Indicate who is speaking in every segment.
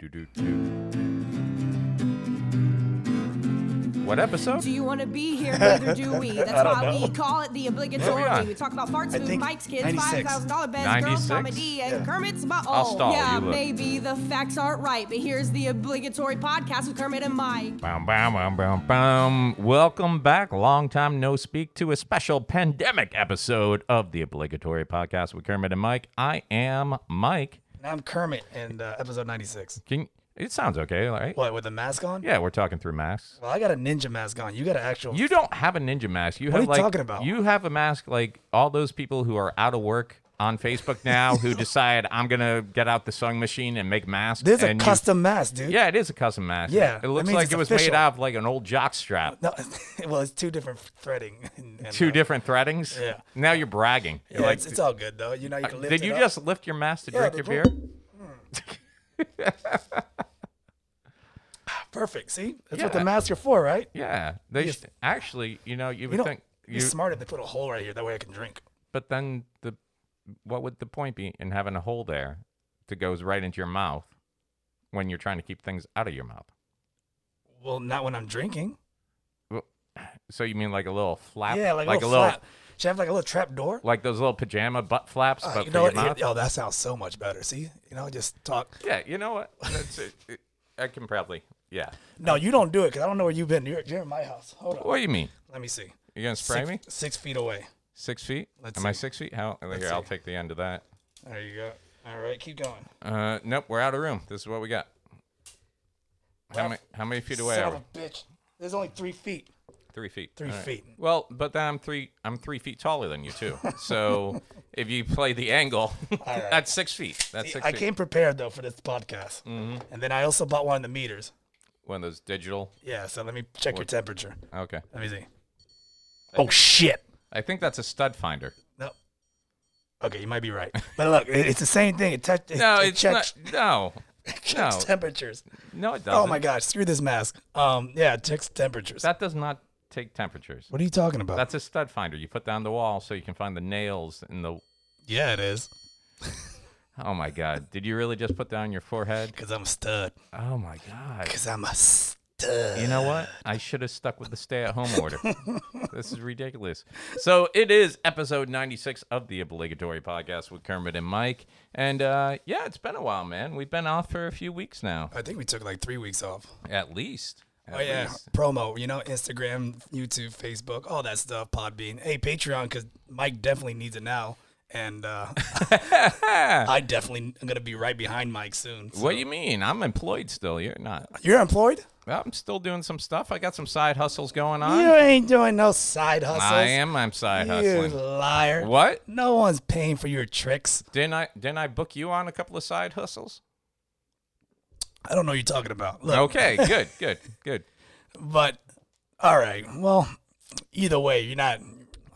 Speaker 1: do do. What episode?
Speaker 2: Do you want to be here? Neither do we. That's
Speaker 1: don't
Speaker 2: why
Speaker 1: know.
Speaker 2: we call it the obligatory.
Speaker 1: Yeah.
Speaker 2: We talk about farts,
Speaker 3: I
Speaker 2: food,
Speaker 3: think
Speaker 2: bikes, kids,
Speaker 3: 96.
Speaker 2: $5,000 beds,
Speaker 1: 96?
Speaker 2: girls, comedy, and
Speaker 3: Yeah.
Speaker 2: Kermit's my
Speaker 1: I'll stall.
Speaker 2: Yeah,
Speaker 1: You look.
Speaker 2: maybe the facts aren't right, but here's the obligatory podcast with Kermit and Mike.
Speaker 1: Bam, bam, bam, bam, bam. Welcome back, long time no speak, to a special pandemic episode of the obligatory podcast with Kermit and Mike. I am Mike.
Speaker 3: And I'm Kermit in uh, episode 96.
Speaker 1: Can it sounds okay, right?
Speaker 3: What, with the mask on?
Speaker 1: Yeah, we're talking through masks.
Speaker 3: Well, I got a ninja mask on. You got an actual.
Speaker 1: You don't have a ninja mask. You have
Speaker 3: What are you
Speaker 1: like
Speaker 3: talking about?
Speaker 1: you have a mask like all those people who are out of work on Facebook now who decide I'm gonna get out the sewing machine and make masks.
Speaker 3: There's a
Speaker 1: and you-
Speaker 3: custom mask, dude.
Speaker 1: yeah, it is a custom mask.
Speaker 3: Yeah,
Speaker 1: it
Speaker 3: that
Speaker 1: looks
Speaker 3: means
Speaker 1: like
Speaker 3: it's
Speaker 1: it was made
Speaker 3: official.
Speaker 1: out of like an old jock strap.
Speaker 3: No, well, it's two different threading. And, and,
Speaker 1: Two
Speaker 3: uh,
Speaker 1: different threadings.
Speaker 3: Yeah.
Speaker 1: Now you're bragging.
Speaker 3: Yeah, it's, it's all good though. You know, you can lift
Speaker 1: Did
Speaker 3: it
Speaker 1: you
Speaker 3: up.
Speaker 1: just lift your mask to
Speaker 3: Yeah,
Speaker 1: drink
Speaker 3: the
Speaker 1: your beer?
Speaker 3: drink- perfect? See, that's what
Speaker 1: Yeah.
Speaker 3: the masks are for, right?
Speaker 1: Yeah. They
Speaker 3: Yes.
Speaker 1: sh- actually, you know, you would
Speaker 3: You know,
Speaker 1: think you,
Speaker 3: it's smart if they put a hole right here. That way I can drink.
Speaker 1: but then the what would the point be in having a hole there that goes right into your mouth when you're trying to keep things out of your mouth?
Speaker 3: Well, not when I'm drinking.
Speaker 1: Well, So you mean like a little flap?
Speaker 3: yeah, like, a
Speaker 1: a
Speaker 3: little,
Speaker 1: little
Speaker 3: flap. Should I have like a little trap door?
Speaker 1: like those little pajama butt flaps,
Speaker 3: Ah,
Speaker 1: but
Speaker 3: you
Speaker 1: for
Speaker 3: know
Speaker 1: your
Speaker 3: what?
Speaker 1: mouth.
Speaker 3: Oh, that sounds so much better. See, you know, just talk.
Speaker 1: Yeah, you know what? That's it. It- I can probably yeah.
Speaker 3: No, you don't do it because I don't know where you've been. You're, you're in my house. Hold on.
Speaker 1: What do you mean?
Speaker 3: Let me see.
Speaker 1: You gonna spray
Speaker 3: six,
Speaker 1: me?
Speaker 3: Six feet away.
Speaker 1: Six feet?
Speaker 3: Let's
Speaker 1: Am I
Speaker 3: see.
Speaker 1: six feet? How? Here, I'll
Speaker 3: see.
Speaker 1: take the end of that.
Speaker 3: There you go. All right, keep going.
Speaker 1: Uh, nope, we're out of room. This is what we got. How
Speaker 3: Well,
Speaker 1: many? How many feet away
Speaker 3: Son
Speaker 1: are
Speaker 3: of
Speaker 1: we?
Speaker 3: a bitch. There's only three feet.
Speaker 1: Three feet.
Speaker 3: Three
Speaker 1: All right.
Speaker 3: feet.
Speaker 1: Well, but then I'm three. I'm three feet taller than you too. So if you play the angle, that's six feet. That's six
Speaker 3: I
Speaker 1: feet. Mm-hmm.
Speaker 3: came prepared though for this podcast, and then I also bought one of the meters.
Speaker 1: One of those digital.
Speaker 3: Yeah, so let me check your temperature.
Speaker 1: Okay.
Speaker 3: Let me see. Oh shit!
Speaker 1: I think that's a stud finder.
Speaker 3: No. Okay, you might be right, but look, it, it's the same thing. It, touch, it,
Speaker 1: No,
Speaker 3: it
Speaker 1: it's
Speaker 3: checks,
Speaker 1: not. No.
Speaker 3: checks
Speaker 1: no.
Speaker 3: temperatures.
Speaker 1: No, it doesn't.
Speaker 3: Oh my gosh! Screw this mask. Um, yeah, it checks temperatures.
Speaker 1: That does not take temperatures.
Speaker 3: what are you talking about?
Speaker 1: That's a stud finder. You put down the wall so you can find the nails in the.
Speaker 3: yeah, it is.
Speaker 1: Oh my God! Did you really just put down your forehead?
Speaker 3: Cause I'm a stud.
Speaker 1: Oh my God!
Speaker 3: Cause I'm a stud.
Speaker 1: You know what? I should have stuck with the stay at home order. this is ridiculous. So it is episode 96 of the obligatory podcast with Kermit and Mike. And uh, yeah, it's been a while, man. We've been off for a few weeks now,
Speaker 3: I think we took like three weeks off.
Speaker 1: at least. At
Speaker 3: Oh yeah,
Speaker 1: least.
Speaker 3: promo. You know, Instagram, YouTube, Facebook, all that stuff. Podbean, hey Patreon, because Mike definitely needs it now, and uh, I definitely am gonna be right behind Mike soon. so-
Speaker 1: What do you mean? I'm employed still. You're not.
Speaker 3: You're employed?
Speaker 1: I'm still doing some stuff. I got some side hustles going on.
Speaker 3: you ain't doing no side hustles.
Speaker 1: I am. I'm side
Speaker 3: You
Speaker 1: hustling.
Speaker 3: liar.
Speaker 1: What?
Speaker 3: No one's paying for your tricks.
Speaker 1: Didn't I? Didn't I book you on a couple of side hustles?
Speaker 3: I don't know what you're talking about. Look,
Speaker 1: Okay. Good. Good. Good.
Speaker 3: but all right. Well, either way, you're not.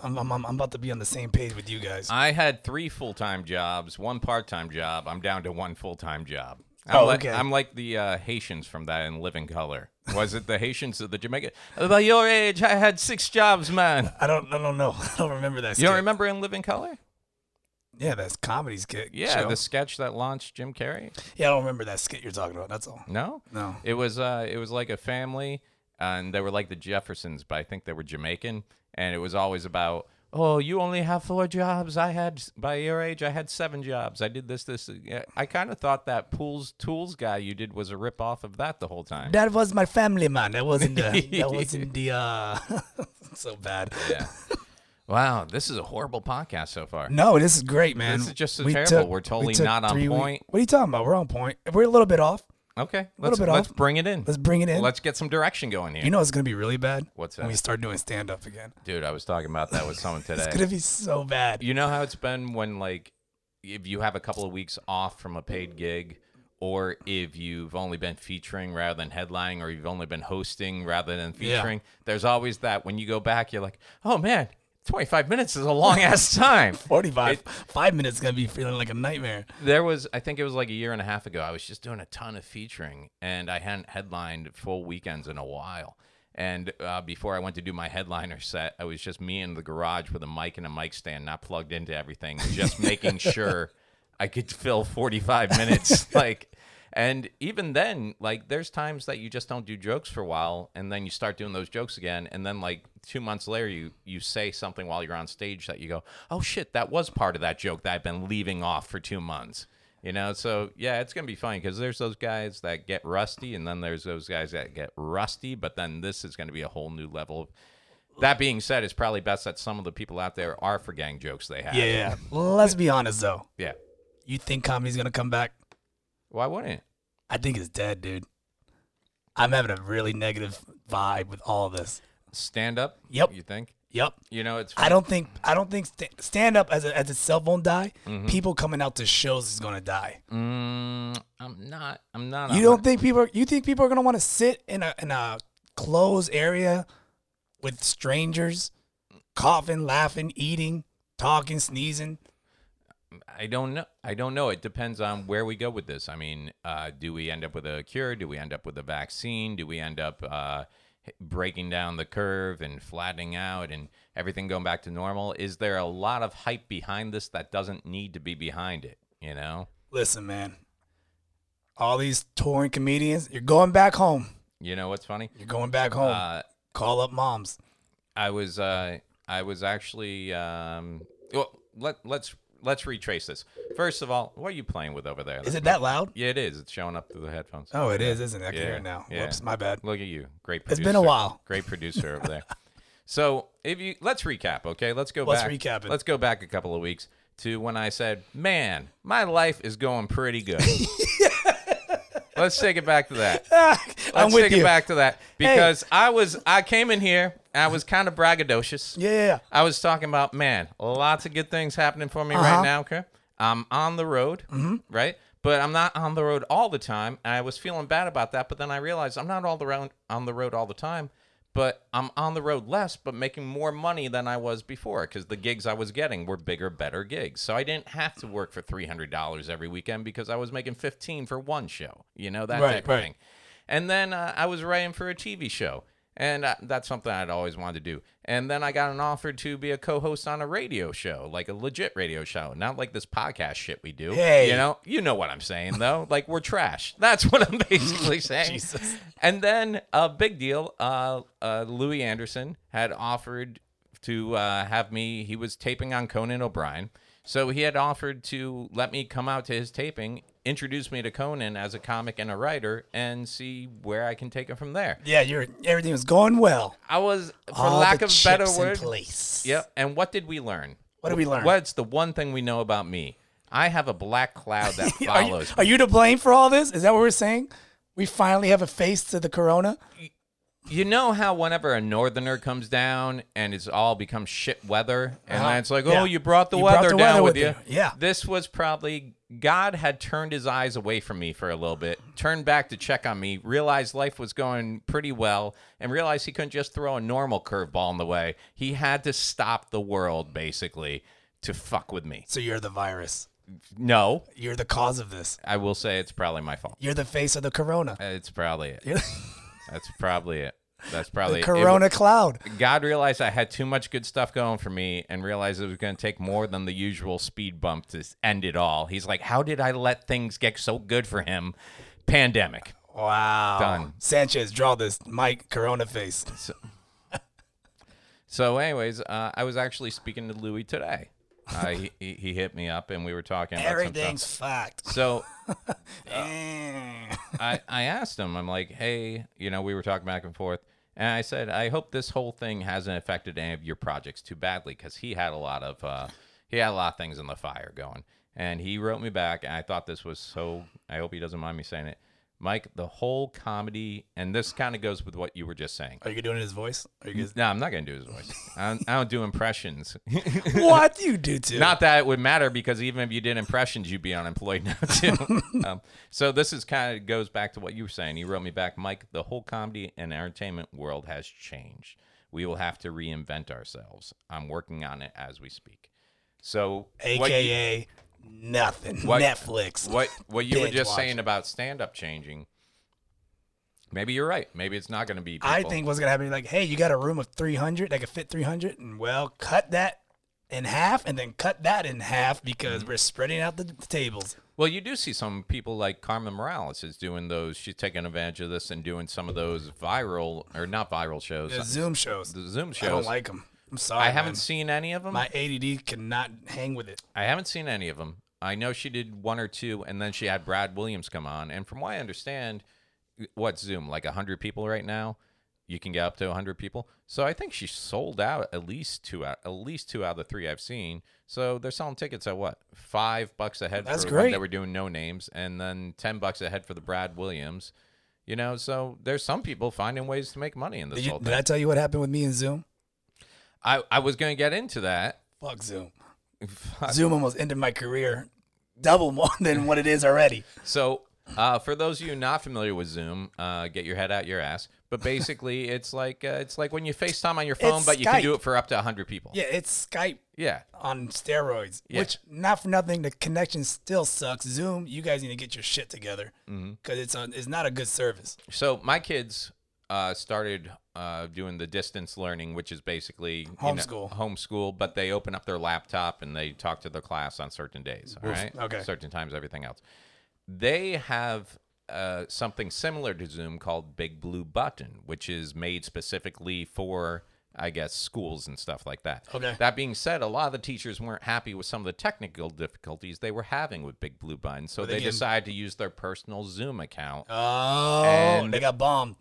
Speaker 3: I'm, I'm, I'm about to be on the same page with you guys.
Speaker 1: I had three full time jobs, one part time job. I'm down to one full time job. I'm
Speaker 3: Oh,
Speaker 1: like,
Speaker 3: okay.
Speaker 1: I'm like the uh, Haitians from that in Living Color. Was it the Haitians or the Jamaican? By your age, I had six jobs, man.
Speaker 3: I don't. I don't know. I don't remember that.
Speaker 1: You don't
Speaker 3: skit.
Speaker 1: remember in Living Color?
Speaker 3: Yeah, that's comedy skit.
Speaker 1: Yeah,
Speaker 3: show.
Speaker 1: the sketch that launched Jim Carrey.
Speaker 3: Yeah, I don't remember that skit you're talking about. That's all.
Speaker 1: No,
Speaker 3: No.
Speaker 1: It was uh, it was like a family, and they were like the Jeffersons, but I think they were Jamaican, and it was always about. Oh, you only have four jobs. I had by your age, I had seven jobs. I did this, this. uh, yeah." I kind of thought that pools tools guy you did was a rip off of that the whole time.
Speaker 3: That was my family, man. That wasn't the. that wasn't the. Uh, so bad.
Speaker 1: yeah. wow, this is a horrible podcast so far.
Speaker 3: No, this is great, man.
Speaker 1: This is just so terrible. We're totally
Speaker 3: took
Speaker 1: not on
Speaker 3: three wee-
Speaker 1: point.
Speaker 3: What are you talking about? We're on point. We're a little bit off.
Speaker 1: Okay, let's
Speaker 3: bit
Speaker 1: let's
Speaker 3: off.
Speaker 1: bring it in.
Speaker 3: Let's bring it in.
Speaker 1: Let's get some direction going here,
Speaker 3: you know it's gonna be really bad.
Speaker 1: What's
Speaker 3: When
Speaker 1: that?
Speaker 3: we start doing stand up again,
Speaker 1: dude. I was talking about that with someone today.
Speaker 3: it's gonna be so bad.
Speaker 1: You know how it's been when like if you have a couple of weeks off from a paid gig or if you've only been featuring rather than headlining or you've only been hosting rather than
Speaker 3: Yeah.
Speaker 1: featuring there's always that when you go back you're like oh man 25 minutes is a long ass time
Speaker 3: Forty-five, five minutes is gonna be feeling like a nightmare.
Speaker 1: there was i think it was like a year and a half ago i was just doing a ton of featuring and i hadn't headlined full weekends in a while and uh, before i went to do my headliner set i was just me in the garage with a mic and a mic stand not plugged into everything just making sure i could fill 45 minutes like And even then, like, there's times that you just don't do jokes for a while, and then you start doing those jokes again, and then like two months later, you you say something while you're on stage that you go, "Oh shit, that was part of that joke that I've been leaving off for two months." You know, so yeah, it's gonna be fun because there's those guys that get rusty, and then there's those guys that get rusty. But then this is gonna be a whole new level. of- That being said, it's probably best that some of the people out there are for gang jokes they have.
Speaker 3: Yeah, yeah. Let's be honest though.
Speaker 1: yeah.
Speaker 3: You think comedy's gonna come back?
Speaker 1: Why wouldn't? it?
Speaker 3: I think it's dead, dude. I'm having a really negative vibe with all this.
Speaker 1: stand up.
Speaker 3: Yep.
Speaker 1: You think?
Speaker 3: Yep.
Speaker 1: You know, it's
Speaker 3: I don't think I don't think st- stand up as a, as itself won't die.
Speaker 1: Mm-hmm.
Speaker 3: People coming out to shows is gonna die.
Speaker 1: Mm, I'm not. I'm not.
Speaker 3: You
Speaker 1: on
Speaker 3: don't
Speaker 1: that.
Speaker 3: think people? Are, you think people are gonna want to sit in a in a closed area with strangers, coughing, laughing, eating, talking, sneezing?
Speaker 1: I don't know. I don't know. It depends on where we go with this. I mean, uh, do we end up with a cure? Do we end up with a vaccine? Do we end up uh, h- breaking down the curve and flattening out and everything going back to normal? Is there a lot of hype behind this that doesn't need to be behind it? You know?
Speaker 3: Listen, man. All these touring comedians, you're going back home.
Speaker 1: You know what's funny?
Speaker 3: You're going back home.
Speaker 1: Uh,
Speaker 3: Call up moms.
Speaker 1: I was uh, I was actually um, well let let's let's retrace this. First of all, what are you playing with over there?
Speaker 3: Is it that loud?
Speaker 1: Yeah, it is. It's showing up through the headphones.
Speaker 3: Oh, it is, isn't it? I can hear
Speaker 1: Yeah,
Speaker 3: it now.
Speaker 1: yeah.
Speaker 3: Whoops, my bad.
Speaker 1: Look at you, great.
Speaker 3: It's
Speaker 1: Producer.
Speaker 3: been a while.
Speaker 1: Great producer over there. So if you let's recap, okay? Let's go
Speaker 3: Let's
Speaker 1: back.
Speaker 3: recap it.
Speaker 1: Let's go back a couple of weeks to when I said, "Man, my life is going pretty good." let's take it back to that.
Speaker 3: I'm
Speaker 1: Let's
Speaker 3: with
Speaker 1: take
Speaker 3: you.
Speaker 1: it back to that because I was I came in here. I was kind of braggadocious.
Speaker 3: Yeah, yeah, yeah.
Speaker 1: I was talking about, man, lots of good things happening for me
Speaker 3: Uh-huh.
Speaker 1: right now. Okay. I'm on the road,
Speaker 3: Mm-hmm.
Speaker 1: right? But I'm not on the road all the time. And I was feeling bad about that. But then I realized I'm not all the round on the road all the time. But I'm on the road less, but making more money than I was before because the gigs I was getting were bigger, better gigs. So I didn't have to work for three hundred dollars every weekend because I was making fifteen for one show. You know that
Speaker 3: Right,
Speaker 1: type of
Speaker 3: right.
Speaker 1: thing. And then uh, I was writing for a TV show. And uh, that's something I'd always wanted to do. And then I got an offer to be a co-host on a radio show, like a legit radio show, not like this podcast shit we do.
Speaker 3: Hey.
Speaker 1: You know, Oh, you know what I'm saying though. like we're trash. That's what I'm basically saying.
Speaker 3: Jesus.
Speaker 1: And then a big deal. Uh, uh, Louis Anderson had offered to uh, have me. He was taping on Conan O'Brien, so he had offered to let me come out to his taping, introduce me to Conan as a comic and a writer, and see where I can take it from there.
Speaker 3: Yeah, you're everything was going well.
Speaker 1: I was, for
Speaker 3: All
Speaker 1: lack
Speaker 3: the
Speaker 1: of better
Speaker 3: chips in
Speaker 1: word,
Speaker 3: place.
Speaker 1: Yep. And what did we learn?
Speaker 3: What did we learn?
Speaker 1: What's the one thing we know about me? I have a black cloud that
Speaker 3: Are you,
Speaker 1: follows. me.
Speaker 3: are you to blame for all this? Is that what we're saying? We finally have a face to the corona.
Speaker 1: You know how whenever a northerner comes down and it's all becomes shit weather, and
Speaker 3: Uh-huh.
Speaker 1: then it's like, oh,
Speaker 3: Yeah.
Speaker 1: you brought the
Speaker 3: You brought
Speaker 1: weather
Speaker 3: the
Speaker 1: down
Speaker 3: weather
Speaker 1: with,
Speaker 3: with
Speaker 1: you.
Speaker 3: you. Yeah.
Speaker 1: This was probably God had turned his eyes away from me for a little bit, turned back to check on me, realized life was going pretty well, and realized he couldn't just throw a normal curveball in the way. He had to stop the world, basically, to fuck with me.
Speaker 3: So you're the virus.
Speaker 1: No,
Speaker 3: You're the cause of this.
Speaker 1: I will say it's probably my fault.
Speaker 3: You're the face of the corona.
Speaker 1: It's probably it.
Speaker 3: You're
Speaker 1: That's probably it. That's
Speaker 3: the
Speaker 1: probably it.
Speaker 3: corona cloud.
Speaker 1: God realized I had too much good stuff going for me and realized it was going to take more than the usual speed bump to s- end it all. He's like, How did I let things get so good for him? Pandemic.
Speaker 3: Wow.
Speaker 1: Done.
Speaker 3: Sanchez, draw this Mike Corona face.
Speaker 1: So, anyways, uh, I was actually speaking to Louis today. Uh, he, he he hit me up and we were talking about some stuff.
Speaker 3: Everything's fucked.
Speaker 1: So
Speaker 3: Eh.
Speaker 1: I, I asked him, I'm like, hey, you know, we were talking back and forth. And I said, I hope this whole thing hasn't affected any of your projects too badly because he had a lot of uh, he had a lot of things in the fire going. And he wrote me back, and I thought this was so. I hope he doesn't mind me saying it, Mike. The whole comedy, and this kind of goes with what you were just saying.
Speaker 3: Are you doing his voice? Are you
Speaker 1: No, I'm not gonna do his voice. I don't, I don't do impressions.
Speaker 3: gonna- what you do too?
Speaker 1: Not that it would matter because even if you did impressions, you'd be unemployed now too. um, so this is kind of goes back to what you were saying. You wrote me back, Mike. The whole comedy and entertainment world has changed. We will have to reinvent ourselves. I'm working on it as we speak. So what you-
Speaker 3: AKA nothing.
Speaker 1: What-
Speaker 3: Netflix.
Speaker 1: what what you were
Speaker 3: Binge
Speaker 1: just
Speaker 3: watch.
Speaker 1: saying about stand up changing. Maybe you're right. Maybe it's not going to be. People.
Speaker 3: I think what's gonna happen is like, hey, you got a room of 300 that could fit 300, and well, cut that in half and then cut that in half because
Speaker 1: Mm-hmm.
Speaker 3: we're spreading out the tables.
Speaker 1: Well, you do see some people like Carmen Morales is doing those. She's taking advantage of this and doing some of those viral or not viral shows.
Speaker 3: The Zoom shows.
Speaker 1: The Zoom
Speaker 3: I don't
Speaker 1: shows.
Speaker 3: like them. I'm sorry.
Speaker 1: I haven't
Speaker 3: man.
Speaker 1: seen any of them.
Speaker 3: My ADD cannot hang with it.
Speaker 1: I haven't seen any of them. I know she did one or two, and then she had Brad Williams come on. And from what I understand, what Zoom like hundred people right now, you can get up to hundred people. So I think she sold out at least two out at least two out of the three I've seen. So they're selling tickets at what five bucks a head.
Speaker 3: That's
Speaker 1: for
Speaker 3: great.
Speaker 1: That we're doing no names, and then ten bucks a head for the Brad Williams. You know, so there's some people finding ways to make money in this
Speaker 3: Did, you,
Speaker 1: whole
Speaker 3: did
Speaker 1: thing.
Speaker 3: I tell you what happened with me and Zoom?
Speaker 1: I, I was going to get into that.
Speaker 3: Fuck Zoom. Zoom almost ended my career double more than what it is already.
Speaker 1: So, uh, for those of you not familiar with Zoom, uh, get your head out your ass. But basically, it's like uh, it's like when you FaceTime on your phone,
Speaker 3: It's
Speaker 1: but you can do
Speaker 3: Skype.
Speaker 1: it for up to hundred people.
Speaker 3: Yeah, it's Skype
Speaker 1: yeah.
Speaker 3: on steroids,
Speaker 1: Yeah.
Speaker 3: which not for nothing, the connection still sucks. Zoom, you guys need to get your shit together because it's on. It's not a good service.
Speaker 1: So my kids uh, started uh, doing the distance learning, which is basically you know,
Speaker 3: Homeschool.
Speaker 1: homeschool, but they open up their laptop and they talk to their class on certain days. All right,
Speaker 3: okay.
Speaker 1: certain times, everything else. They have uh, something similar to Zoom called Big Blue Button, which is made specifically for. I guess schools and stuff like that.
Speaker 3: Okay.
Speaker 1: That being said, a lot of the teachers weren't happy with some of the technical difficulties they were having with Big Blue Button, so
Speaker 3: they
Speaker 1: they
Speaker 3: getting-
Speaker 1: decided to use their personal Zoom account
Speaker 3: Oh,
Speaker 1: And-
Speaker 3: they got bombed.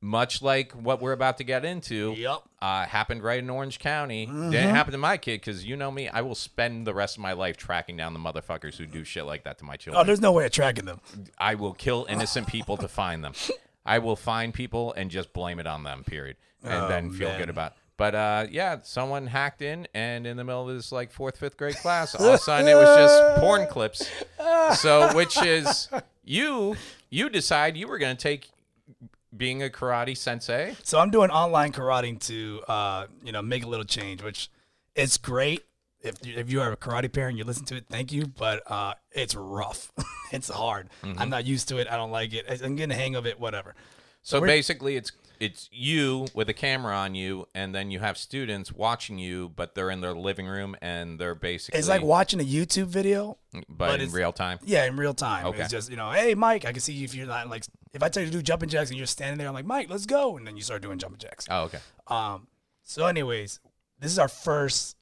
Speaker 1: much like what we're about to get into,
Speaker 3: Yup.
Speaker 1: uh, happened right in Orange County. Didn't happen to my kid because you know me, I will spend the rest of my life tracking down the motherfuckers who do shit like that to my
Speaker 3: Oh,
Speaker 1: children.
Speaker 3: there's no way of tracking them.
Speaker 1: I will kill innocent people to find them. I will find people and just blame it on them. Period, and then feel good about. But uh, yeah, someone hacked in, and in the middle of this like fourth, fifth grade class, all of a sudden it was just porn clips. So, which is you, you decide you were going to take being a karate sensei.
Speaker 3: So I'm doing online karate to, uh, you know, make a little change, which it's great. If you, if you are a karate parent, you listen to it. Thank you, but uh, it's rough. it's hard. I'm not used to it. I don't like it. I- I'm getting the hang of it. Whatever.
Speaker 1: So basically, it's it's you with a camera on you, and then you have students watching you, but they're in their living room and they're basically
Speaker 3: It's like watching a YouTube video,
Speaker 1: but, in
Speaker 3: it's-
Speaker 1: real time.
Speaker 3: yeah, in real time.
Speaker 1: Okay.
Speaker 3: It's just you know, hey Mike, I can see you if you're not like if I tell you to do jumping jacks and you're standing there, I'm like Mike, let's go, and then you start doing jumping jacks.
Speaker 1: Oh, okay.
Speaker 3: Um. So, anyways, this is our first,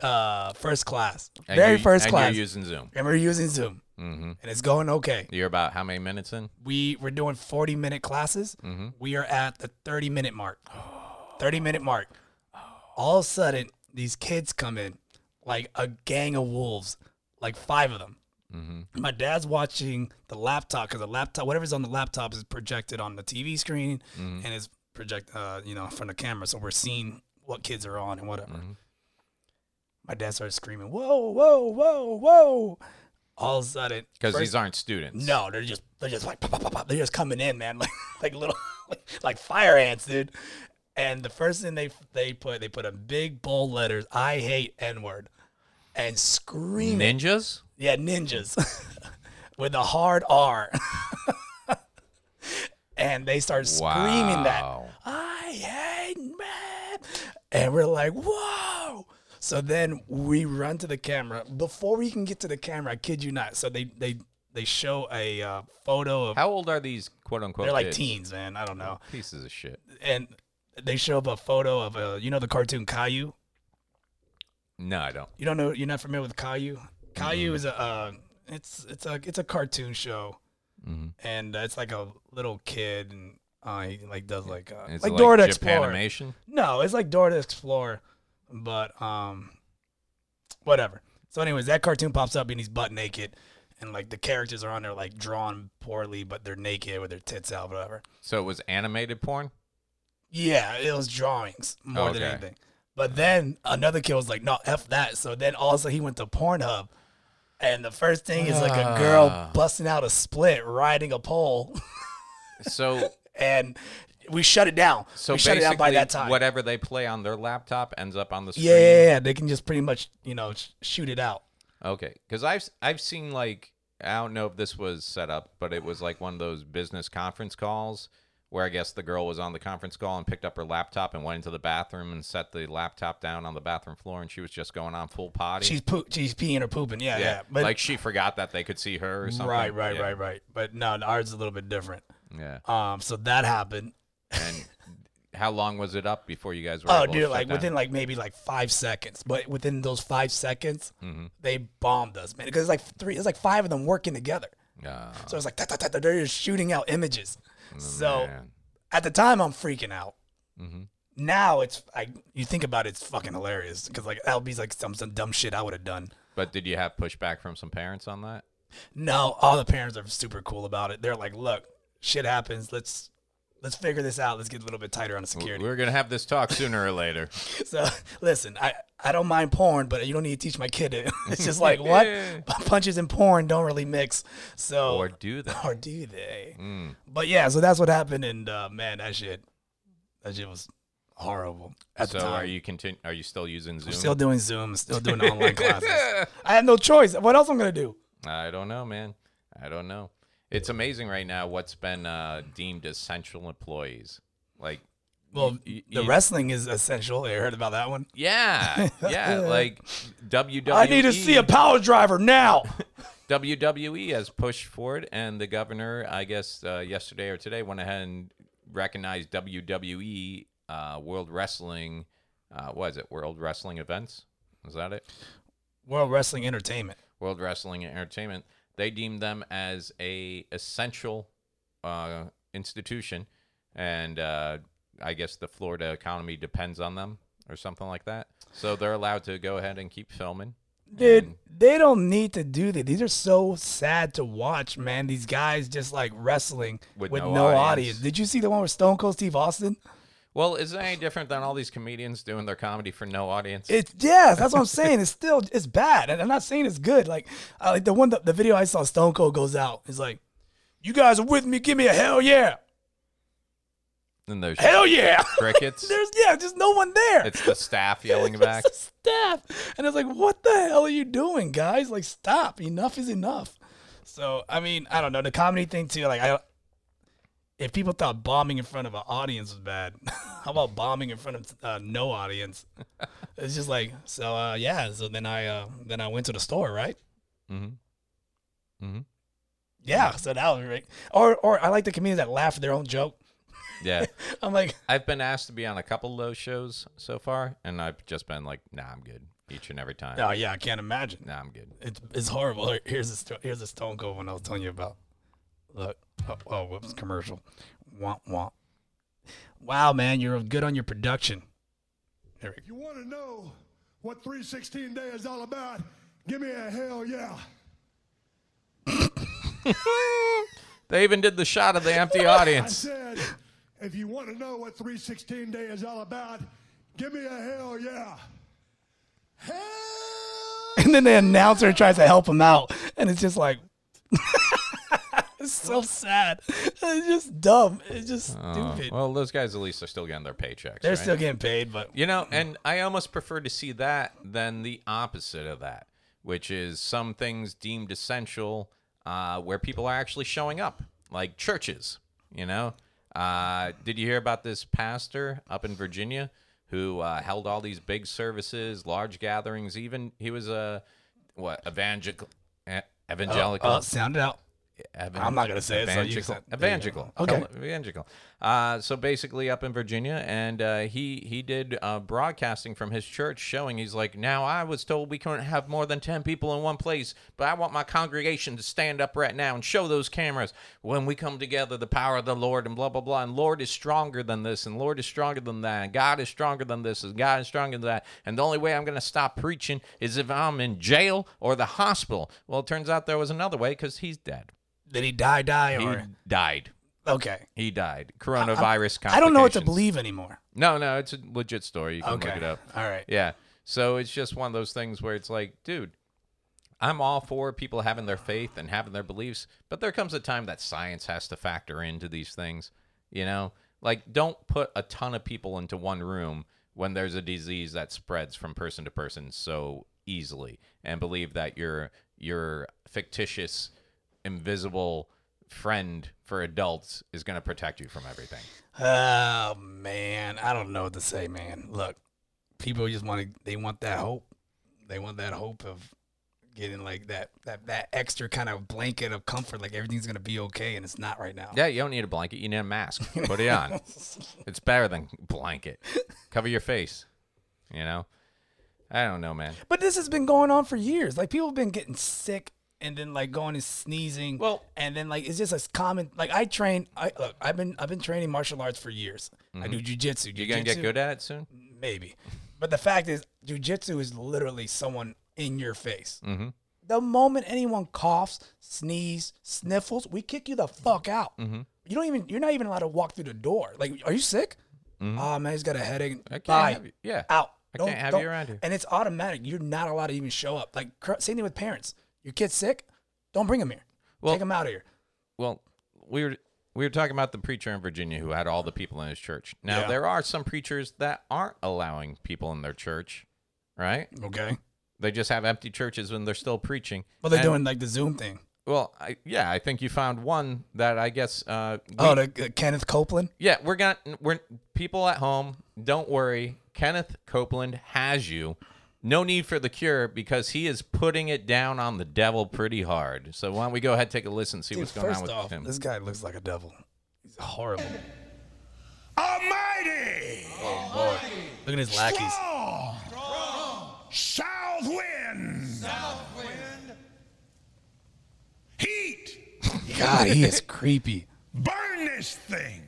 Speaker 3: uh, first class,
Speaker 1: And
Speaker 3: very
Speaker 1: you're-
Speaker 3: first
Speaker 1: and
Speaker 3: class,
Speaker 1: You're using Zoom.
Speaker 3: and we're using Zoom,
Speaker 1: Mhm.
Speaker 3: and it's going okay.
Speaker 1: You're about how many minutes in?
Speaker 3: we we're doing 40 minute classes we are at the 30 minute mark 30 minute mark all of a sudden these kids come in like a gang of wolves like five of them my dad's watching the laptop because the laptop whatever's on the laptop is projected on the tv screen and is project uh, you know from the camera so we're seeing what kids are on and whatever my dad started screaming whoa whoa whoa whoa all of a sudden
Speaker 1: Because
Speaker 3: first-
Speaker 1: these aren't students.
Speaker 3: no, they're just they're just like pop, pop, pop, pop. they're just coming in, man, like like little like, fire ants, dude. And the first thing they they put they put a big bold letters, I hate N word, and screaming,
Speaker 1: ninjas.
Speaker 3: yeah, ninjas, with a hard R. and they start screaming that
Speaker 1: Wow.
Speaker 3: I hate man, and we're like, whoa. So then we run to the camera. Before we can get to the camera, I kid you not. So they they they show a uh, photo of
Speaker 1: How old are these quote unquote?
Speaker 3: they're like
Speaker 1: kids?
Speaker 3: teens, man. I don't know.
Speaker 1: Pieces of shit.
Speaker 3: And they show up a photo of a you know the cartoon Caillou.
Speaker 1: No, I don't.
Speaker 3: You don't know. You're not familiar with Caillou. Caillou is a uh, it's it's a it's a cartoon show,
Speaker 1: Mm-hmm.
Speaker 3: and uh, it's like a little kid and uh, he like does like uh,
Speaker 1: It's
Speaker 3: like Dora the
Speaker 1: Japan
Speaker 3: Explorer.
Speaker 1: animation.
Speaker 3: No, it's like Dora the Explorer, but um, whatever. So, anyways, that cartoon pops up and he's butt naked, and like the characters are on there like drawn poorly, but they're naked with their tits out, whatever.
Speaker 1: So it was animated porn.
Speaker 3: Yeah, it was drawings more than
Speaker 1: Okay.
Speaker 3: anything. But then another kid was like, "No, f that." So then also he went to Pornhub, and the first thing is like a girl
Speaker 1: Ah.
Speaker 3: busting out a split, riding a pole,
Speaker 1: So
Speaker 3: and we shut it down.
Speaker 1: so
Speaker 3: we
Speaker 1: basically,
Speaker 3: shut it out by that time.
Speaker 1: whatever they play on their laptop ends up on the screen.
Speaker 3: Yeah, yeah, yeah, they can just pretty much you know sh- shoot it out.
Speaker 1: Okay, because I've I've seen like I don't know if this was set up, but it was like one of those business conference calls where I guess the girl was on the conference call and picked up her laptop and went into the bathroom and set the laptop down on the bathroom floor and she was just going on full potty.
Speaker 3: She's poo- she's peeing or pooping. Yeah, yeah. But
Speaker 1: like she forgot that they could see her or something.
Speaker 3: right, right,
Speaker 1: Yeah.
Speaker 3: right, right. But no, ours is a little bit different.
Speaker 1: Yeah.
Speaker 3: Um, so that happened.
Speaker 1: And how long was it up before you guys were?
Speaker 3: Oh,
Speaker 1: able to
Speaker 3: dude,
Speaker 1: shut
Speaker 3: like
Speaker 1: down?
Speaker 3: within like maybe like five seconds. But within those five seconds,
Speaker 1: Mm-hmm.
Speaker 3: they bombed us, man. Because it's like three, it's like five of them working together.
Speaker 1: Yeah.
Speaker 3: So it's like da, da, da, da, they're just shooting out images. so
Speaker 1: Oh, man. Mm-hmm.
Speaker 3: at the time, I'm freaking out. Now it's like you think about it, it's fucking hilarious because like that'll be like some some dumb shit I would have done.
Speaker 1: But did you have pushback from some parents on that?
Speaker 3: No, all the parents are super cool about it. They're like, look, shit happens. Let's let's figure this out. Let's get a little bit tighter on the security.
Speaker 1: We're gonna have this talk sooner or later.
Speaker 3: So listen, I I don't mind porn, but you don't need to teach my kid it. It's just like what punches and porn don't really mix. So
Speaker 1: or mm. do that.
Speaker 3: or do they? But yeah, so that's what happened, and uh, man, that shit, that shit was horrible. At
Speaker 1: So
Speaker 3: the time.
Speaker 1: are you continu- Are you still using Zoom?
Speaker 3: still doing Zoom? Still doing online classes? I have no choice. What else I'm gonna do?
Speaker 1: I don't know, man. I don't know. It's amazing right now what's been uh, deemed essential employees. Like,
Speaker 3: Well,
Speaker 1: y-
Speaker 3: the
Speaker 1: y-
Speaker 3: wrestling is essential. I heard about that one.
Speaker 1: yeah, yeah. like WWE.
Speaker 3: I need to see a power driver now.
Speaker 1: E, WWE has pushed forward, and the governor, I guess, uh, yesterday or today, went ahead and recognized WWE uh, World Wrestling. Uh, what is it? World Wrestling Events? Is that it?
Speaker 3: World Wrestling Entertainment.
Speaker 1: World Wrestling and Entertainment. They deemed them as a essential uh, institution, and uh, I guess the Florida economy depends on them, or something like that. So they're allowed to go ahead and keep filming.
Speaker 3: Dude, they don't need to do that. These are so sad to watch, man. These guys just like wrestling
Speaker 1: With
Speaker 3: with,
Speaker 1: no
Speaker 3: no,
Speaker 1: audience.
Speaker 3: audience. Did you see the one with Stone Cold Steve Austin?
Speaker 1: Well, is that any different than all these comedians doing their comedy for no audience?
Speaker 3: It's yes, that's what I'm saying. It's still it's bad, and I'm not saying it's good. Like, I, like the one the, the video I saw, Stone Cold goes out. It's like, you guys are with me. Give me a hell yeah,
Speaker 1: and there's
Speaker 3: hell yeah.
Speaker 1: crickets.
Speaker 3: There's yeah, just no one there.
Speaker 1: It's the staff yelling
Speaker 3: It's
Speaker 1: back.
Speaker 3: the staff. And it's like, what the hell are you doing, guys? Like, stop. Enough is enough. So, I mean, I don't know. The comedy thing, too, like, I if people thought bombing in front of an audience was bad, how about bombing in front of uh, no audience? It's just like, so, uh, yeah. So then I, uh, then I went to the store, right?
Speaker 1: Mm-hmm. Mm-hmm.
Speaker 3: Yeah. So that was right. Or, or I like the comedians that laugh at their own joke.
Speaker 1: Yeah.
Speaker 3: I'm like,
Speaker 1: I've been asked to be on a couple of those shows so far, and I've just been like, nah, I'm good each and every time.
Speaker 3: oh, yeah, I can't imagine.
Speaker 1: Nah, I'm good.
Speaker 3: It's, it's horrible. Here- Here's a sto- here's a Stone Cold one I was telling you about. Look, oh, oh whoops, commercial. Womp womp. Wow, man, you're good on your production. There we
Speaker 4: You want to know what 316 Day is all about? Give me a hell yeah.
Speaker 1: They even did the shot of the empty
Speaker 4: I
Speaker 1: audience.
Speaker 4: said, if you want to know what 316 Day is all about, give me a hell yeah. Hell!
Speaker 3: go. And then the announcer tries to help him out, and it's just like, it's so sad. It's just dumb. It's just stupid.
Speaker 1: Oh, Well, those guys at least are still getting their paychecks.
Speaker 3: They're
Speaker 1: right?
Speaker 3: still getting paid, but
Speaker 1: you know, and I almost prefer to see that than the opposite of that, which is some things deemed essential uh, where people are actually showing up, like churches. You know, uh, did you hear about this pastor up in Virginia who uh, held all these big services, large gatherings? Even he was a what evangelical. Evangelical.
Speaker 3: uh, sound it out.
Speaker 1: Evan-
Speaker 3: I'm not gonna say it, so you
Speaker 1: evangelical.
Speaker 3: said- there you go.
Speaker 1: evangelical.
Speaker 3: Okay.
Speaker 1: Hello, Evangelical. Uh, so basically, up in Virginia, and uh, he he did uh, broadcasting from his church, showing he's like, now I was told we couldn't have more than ten people in one place, but I want my congregation to stand up right now and show those cameras. When we come together, the power of the Lord and blah blah blah, and Lord is stronger than this, and Lord is stronger than that, and God is stronger than this, and God is stronger than that, and the only way I'm gonna stop preaching is if I'm in jail or the hospital. Well, it turns out there was another way because he's dead.
Speaker 3: Did he die? Die
Speaker 1: He
Speaker 3: or
Speaker 1: died.
Speaker 3: okay?
Speaker 1: He died. Coronavirus complications.
Speaker 3: I don't know what to believe anymore.
Speaker 1: No, no, it's a legit story. You can
Speaker 3: Okay,
Speaker 1: look it up.
Speaker 3: all right.
Speaker 1: Yeah. So it's just one of those things where it's like, dude, I'm all for people having their faith and having their beliefs, but there comes a time that science has to factor into these things. You know, like don't put a ton of people into one room when there's a disease that spreads from person to person so easily, and believe that your your fictitious, invisible friend for adults is going to protect you from everything.
Speaker 3: Oh man, I don't know what to say, man. Look, people just want to. They want that hope. They want that hope of getting like that that that extra kind of blanket of comfort, like everything's gonna be okay, and it's not right now.
Speaker 1: Yeah, you don't need a blanket. You need a mask. Put it on. it's better than blanket. Cover your face. You know? I don't know, man.
Speaker 3: But this has been going on for years. Like people have been getting sick and then like going and sneezing.
Speaker 1: Well-
Speaker 3: and then like it's just a common. Like I train. I look. I've been I've been training martial arts for years. I do jujitsu.
Speaker 1: You going to Mm-hmm. get good at it soon?
Speaker 3: maybe. But the fact is, jujitsu is literally someone in your face.
Speaker 1: Mm-hmm.
Speaker 3: The moment anyone coughs, sneezes, sniffles, we kick you the fuck out.
Speaker 1: Mm-hmm.
Speaker 3: You don't even. You're not even allowed to walk through the door. Like, are you sick? Oh man, he's got a headache.
Speaker 1: Mm-hmm. I can't
Speaker 3: Bye.
Speaker 1: have you- yeah.
Speaker 3: Out.
Speaker 1: I can't have you around here.
Speaker 3: And it's automatic. You're not allowed to even show up. Like cr- same thing with parents. Your kid's sick. Don't bring him here.
Speaker 1: Well-
Speaker 3: Take him out of here.
Speaker 1: Well, we were we were talking about the preacher in Virginia who had all the people in his church. Now
Speaker 3: Yeah.
Speaker 1: there are some preachers that aren't allowing people in their church, right?
Speaker 3: Okay.
Speaker 1: They just have empty churches and they're still preaching.
Speaker 3: Well, they're
Speaker 1: And-
Speaker 3: doing like the Zoom thing.
Speaker 1: Well, I, yeah, I think you found one that I guess. Uh, we-
Speaker 3: Oh, the, the Kenneth Copeland.
Speaker 1: yeah, we're gonna we're people at home. Don't worry, Kenneth Copeland has you. No need for the cure because he is putting it down on the devil pretty hard. So why don't we go ahead take a listen, and see
Speaker 3: Dude,
Speaker 1: what's going on
Speaker 3: first
Speaker 1: with
Speaker 3: off,
Speaker 1: him?
Speaker 3: this guy looks like a devil. He's horrible.
Speaker 4: Almighty!
Speaker 3: Look at his lackeys.
Speaker 4: Strong. South wind. Heat.
Speaker 3: God, he is creepy.
Speaker 4: Burn this thing.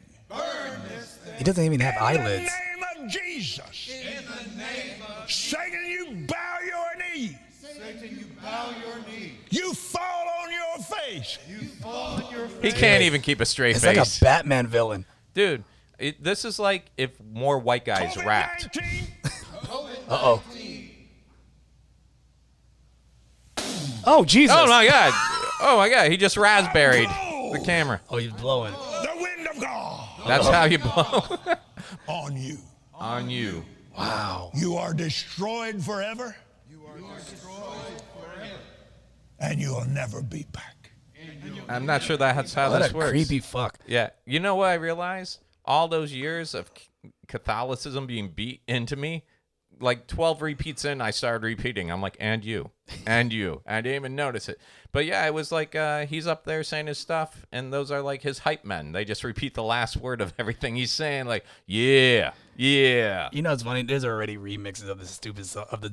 Speaker 3: He doesn't even have
Speaker 4: In
Speaker 3: eyelids.
Speaker 4: the name of Jesus. In the name of Satan, you bow your knee. Satan, you bow your knee. You fall on your face.
Speaker 1: he can't even keep a straight
Speaker 3: It's
Speaker 1: face.
Speaker 3: like a Batman villain.
Speaker 1: dude it, this is like if more white guys rapped
Speaker 4: COVID-19.
Speaker 3: Oh Jesus!
Speaker 1: oh my god oh my god he just raspberried the camera
Speaker 3: Oh, he's blowing.
Speaker 4: The wind of God
Speaker 1: that's how you blow
Speaker 4: on you.
Speaker 1: on you
Speaker 3: Wow.
Speaker 4: You are destroyed forever. You are destroyed forever. And you'll never be back.
Speaker 1: i'm not sure that's how
Speaker 3: What
Speaker 1: this
Speaker 3: a
Speaker 1: works
Speaker 3: creepy fuck.
Speaker 1: yeah you know what i realized all those years of c- catholicism being beat into me like 12 repeats in i started repeating i'm like and you and you i didn't even notice it but yeah it was like uh, he's up there saying his stuff and those are like his hype men they just repeat the last word of everything he's saying like yeah yeah
Speaker 3: You know it's funny? There's already remixes of the stupid song, of the.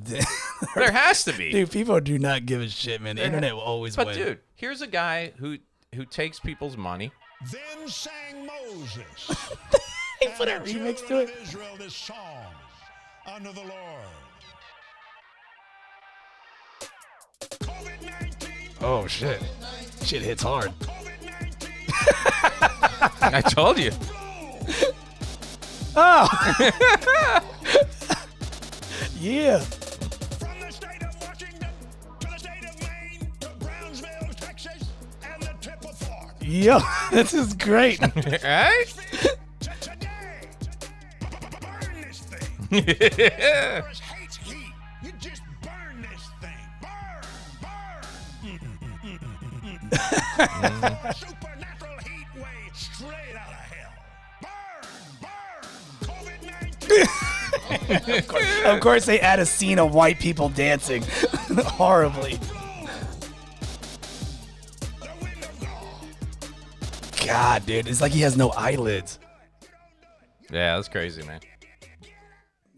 Speaker 1: There has to be.
Speaker 3: dude, people do not give a shit, man. The internet will always
Speaker 1: but
Speaker 3: win.
Speaker 1: dude, here's a guy who who takes people's money.
Speaker 4: Then sang Moses.
Speaker 3: they put a remix to it.
Speaker 4: Israel this song unto the Lord. COVID 19,
Speaker 3: Oh shit! Shit hits hard.
Speaker 4: COVID 19,
Speaker 1: I told you.
Speaker 3: Yeah.
Speaker 4: from the state of Washington to the state of Maine to Brownsville, Texas, and the tip of Florida.
Speaker 3: Yo, this is great.
Speaker 1: right?
Speaker 4: To today, burn this thing.
Speaker 1: yeah.
Speaker 4: Whereas hates heat, you just burn this thing. Burn, burn. Supernatural heat wave straight out of hell. Burn, burn. COVID 19.
Speaker 3: of course, they add a scene of white people dancing horribly.
Speaker 4: the wind of God.
Speaker 3: God, dude, it's like he has no eyelids.
Speaker 1: that's crazy, man.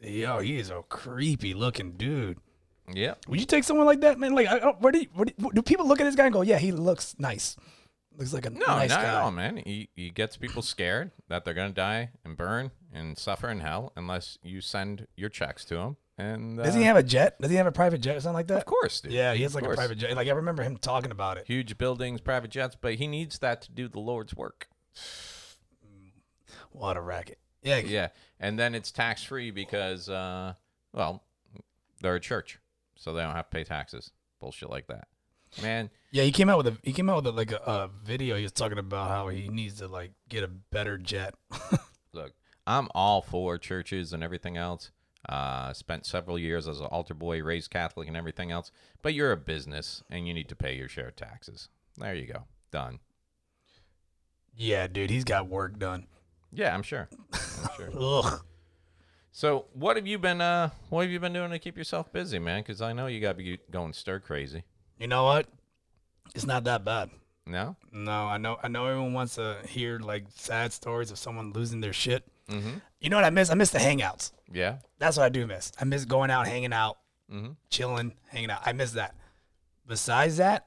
Speaker 3: Yo, he is a creepy looking dude.
Speaker 1: Yep.
Speaker 3: Would you take someone like that, man? Like, I don't, where do you, where do, do people look at this guy and go, "Yeah, he looks nice. Looks like a
Speaker 1: No,
Speaker 3: nice
Speaker 1: not
Speaker 3: guy."
Speaker 1: at all, man. He, he gets people scared that they're gonna die and burn and suffer in hell unless you send your checks to him. And uh,
Speaker 3: Does he have a jet? Does he have a private jet or something like that?
Speaker 1: Of course, dude.
Speaker 3: Yeah, he has
Speaker 1: Of
Speaker 3: like a
Speaker 1: course.
Speaker 3: private jet. Like I remember him talking about it.
Speaker 1: Huge buildings, private jets, but he needs that to do the Lord's work.
Speaker 3: What a racket. Yeah,
Speaker 1: Yeah, and then it's tax free because, uh, well, they're a church, so they don't have to pay taxes. Bullshit like that, man.
Speaker 3: yeah. He came out with a he came out with a, like a, a video. He was talking about how he needs to like get a better jet.
Speaker 1: Look, I'm all for churches and everything else. Uh, spent several years as an altar boy, raised Catholic, and everything else. But you're a business, and you need to pay your share of taxes. There you go, done.
Speaker 3: Yeah, dude, he's got work done.
Speaker 1: Yeah, I'm sure. I'm sure.
Speaker 3: Ugh.
Speaker 1: So, what have you been? Uh, what have you been doing to keep yourself busy, man? Because I know you got to be going stir crazy.
Speaker 3: You know what? It's not that bad.
Speaker 1: No.
Speaker 3: No, I know. I know everyone wants to hear like sad stories of someone losing their shit. You know what I miss? I miss the hangouts.
Speaker 1: Yeah.
Speaker 3: That's what I do miss. I miss going out, hanging out,
Speaker 1: Mhm.
Speaker 3: chilling, hanging out. I miss that. Besides that,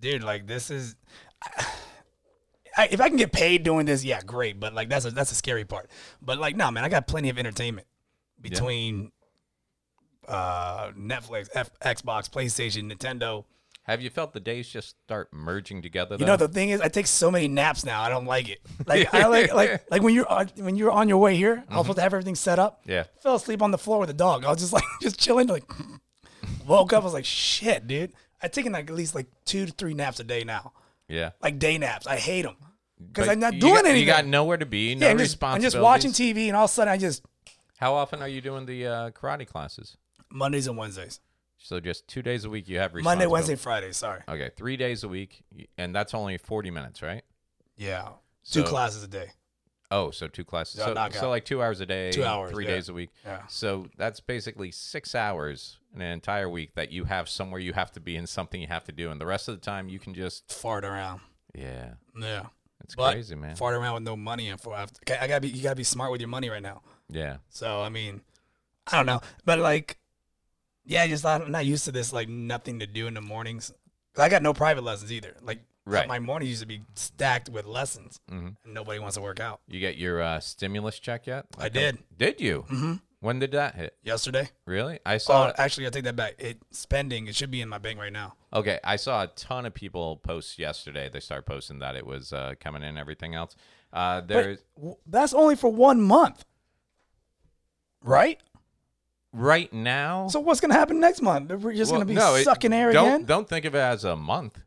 Speaker 3: dude, like this is. I, if I can get paid doing this, yeah, great. But like that's a that's a scary part. But like, no, man, I got plenty of entertainment between uh Netflix, F- Xbox, PlayStation, Nintendo.
Speaker 1: Have you felt the days just start merging together?
Speaker 3: You
Speaker 1: though?
Speaker 3: know the thing is, I take so many naps now. I don't like it. Like I like like like when you're on, when you're on your way here, I was supposed to have everything set up.
Speaker 1: Yeah.
Speaker 3: fell asleep on the floor with the dog. I was just like just chilling. Like woke up, I was like, shit, dude. I taken like at least like two to three naps a day now.
Speaker 1: yeah.
Speaker 3: Like day naps, I hate them because
Speaker 1: But
Speaker 3: I'm not
Speaker 1: you
Speaker 3: doing
Speaker 1: got-
Speaker 3: anything.
Speaker 1: You got nowhere to be. No
Speaker 3: yeah, I'm just, I'm
Speaker 1: responsibilities.
Speaker 3: just watching TV, and all of a sudden I just
Speaker 1: How often are you doing the uh, karate classes?
Speaker 3: Mondays and Wednesdays,
Speaker 1: So just two days a week you have
Speaker 3: Monday, Wednesday,
Speaker 1: responsibility.
Speaker 3: Friday. Sorry,
Speaker 1: Okay, three days a week, y- and that's only forty minutes, right?
Speaker 3: yeah,
Speaker 1: So-
Speaker 3: two classes a day.
Speaker 1: Oh, so two classes.
Speaker 3: Yeah,
Speaker 1: so,
Speaker 3: knockout.
Speaker 1: so like two hours a day.
Speaker 3: Two hours,
Speaker 1: Three
Speaker 3: yeah.
Speaker 1: days a week.
Speaker 3: Yeah.
Speaker 1: So that's basically six hours in an entire week that you have somewhere you have to be and something you have to do, and the rest of the time you can just
Speaker 3: Fart around,
Speaker 1: yeah.
Speaker 3: yeah.
Speaker 1: It's
Speaker 3: But
Speaker 1: crazy, man.
Speaker 3: Fart around with no money and for after. Okay, I gotta be, you gotta be smart with your money right now.
Speaker 1: yeah.
Speaker 3: So I mean, I don't know, but like, yeah, just I'm not used to this like nothing to do in the mornings. 'Cause I got no private lessons either. Like,
Speaker 1: Right.
Speaker 3: my mornings used to be stacked with lessons.
Speaker 1: Mhm.
Speaker 3: And nobody wants to work out.
Speaker 1: You get your uh, stimulus check yet?
Speaker 3: I did
Speaker 1: Did you?
Speaker 3: Mhm.
Speaker 1: When did that hit?
Speaker 3: yesterday.
Speaker 1: Really? I saw.
Speaker 3: So actually, I take that back. It spending. It should be in my bank right now.
Speaker 1: Okay, I saw a ton of people post yesterday. They started posting that it was uh, coming in. and Everything else, uh, there's
Speaker 3: that's only for one month, right?
Speaker 1: right now.
Speaker 3: So what's gonna happen next month? We're just
Speaker 1: Well,
Speaker 3: gonna be
Speaker 1: no, it-
Speaker 3: sucking air
Speaker 1: don't,
Speaker 3: again.
Speaker 1: Don't think of it as a month.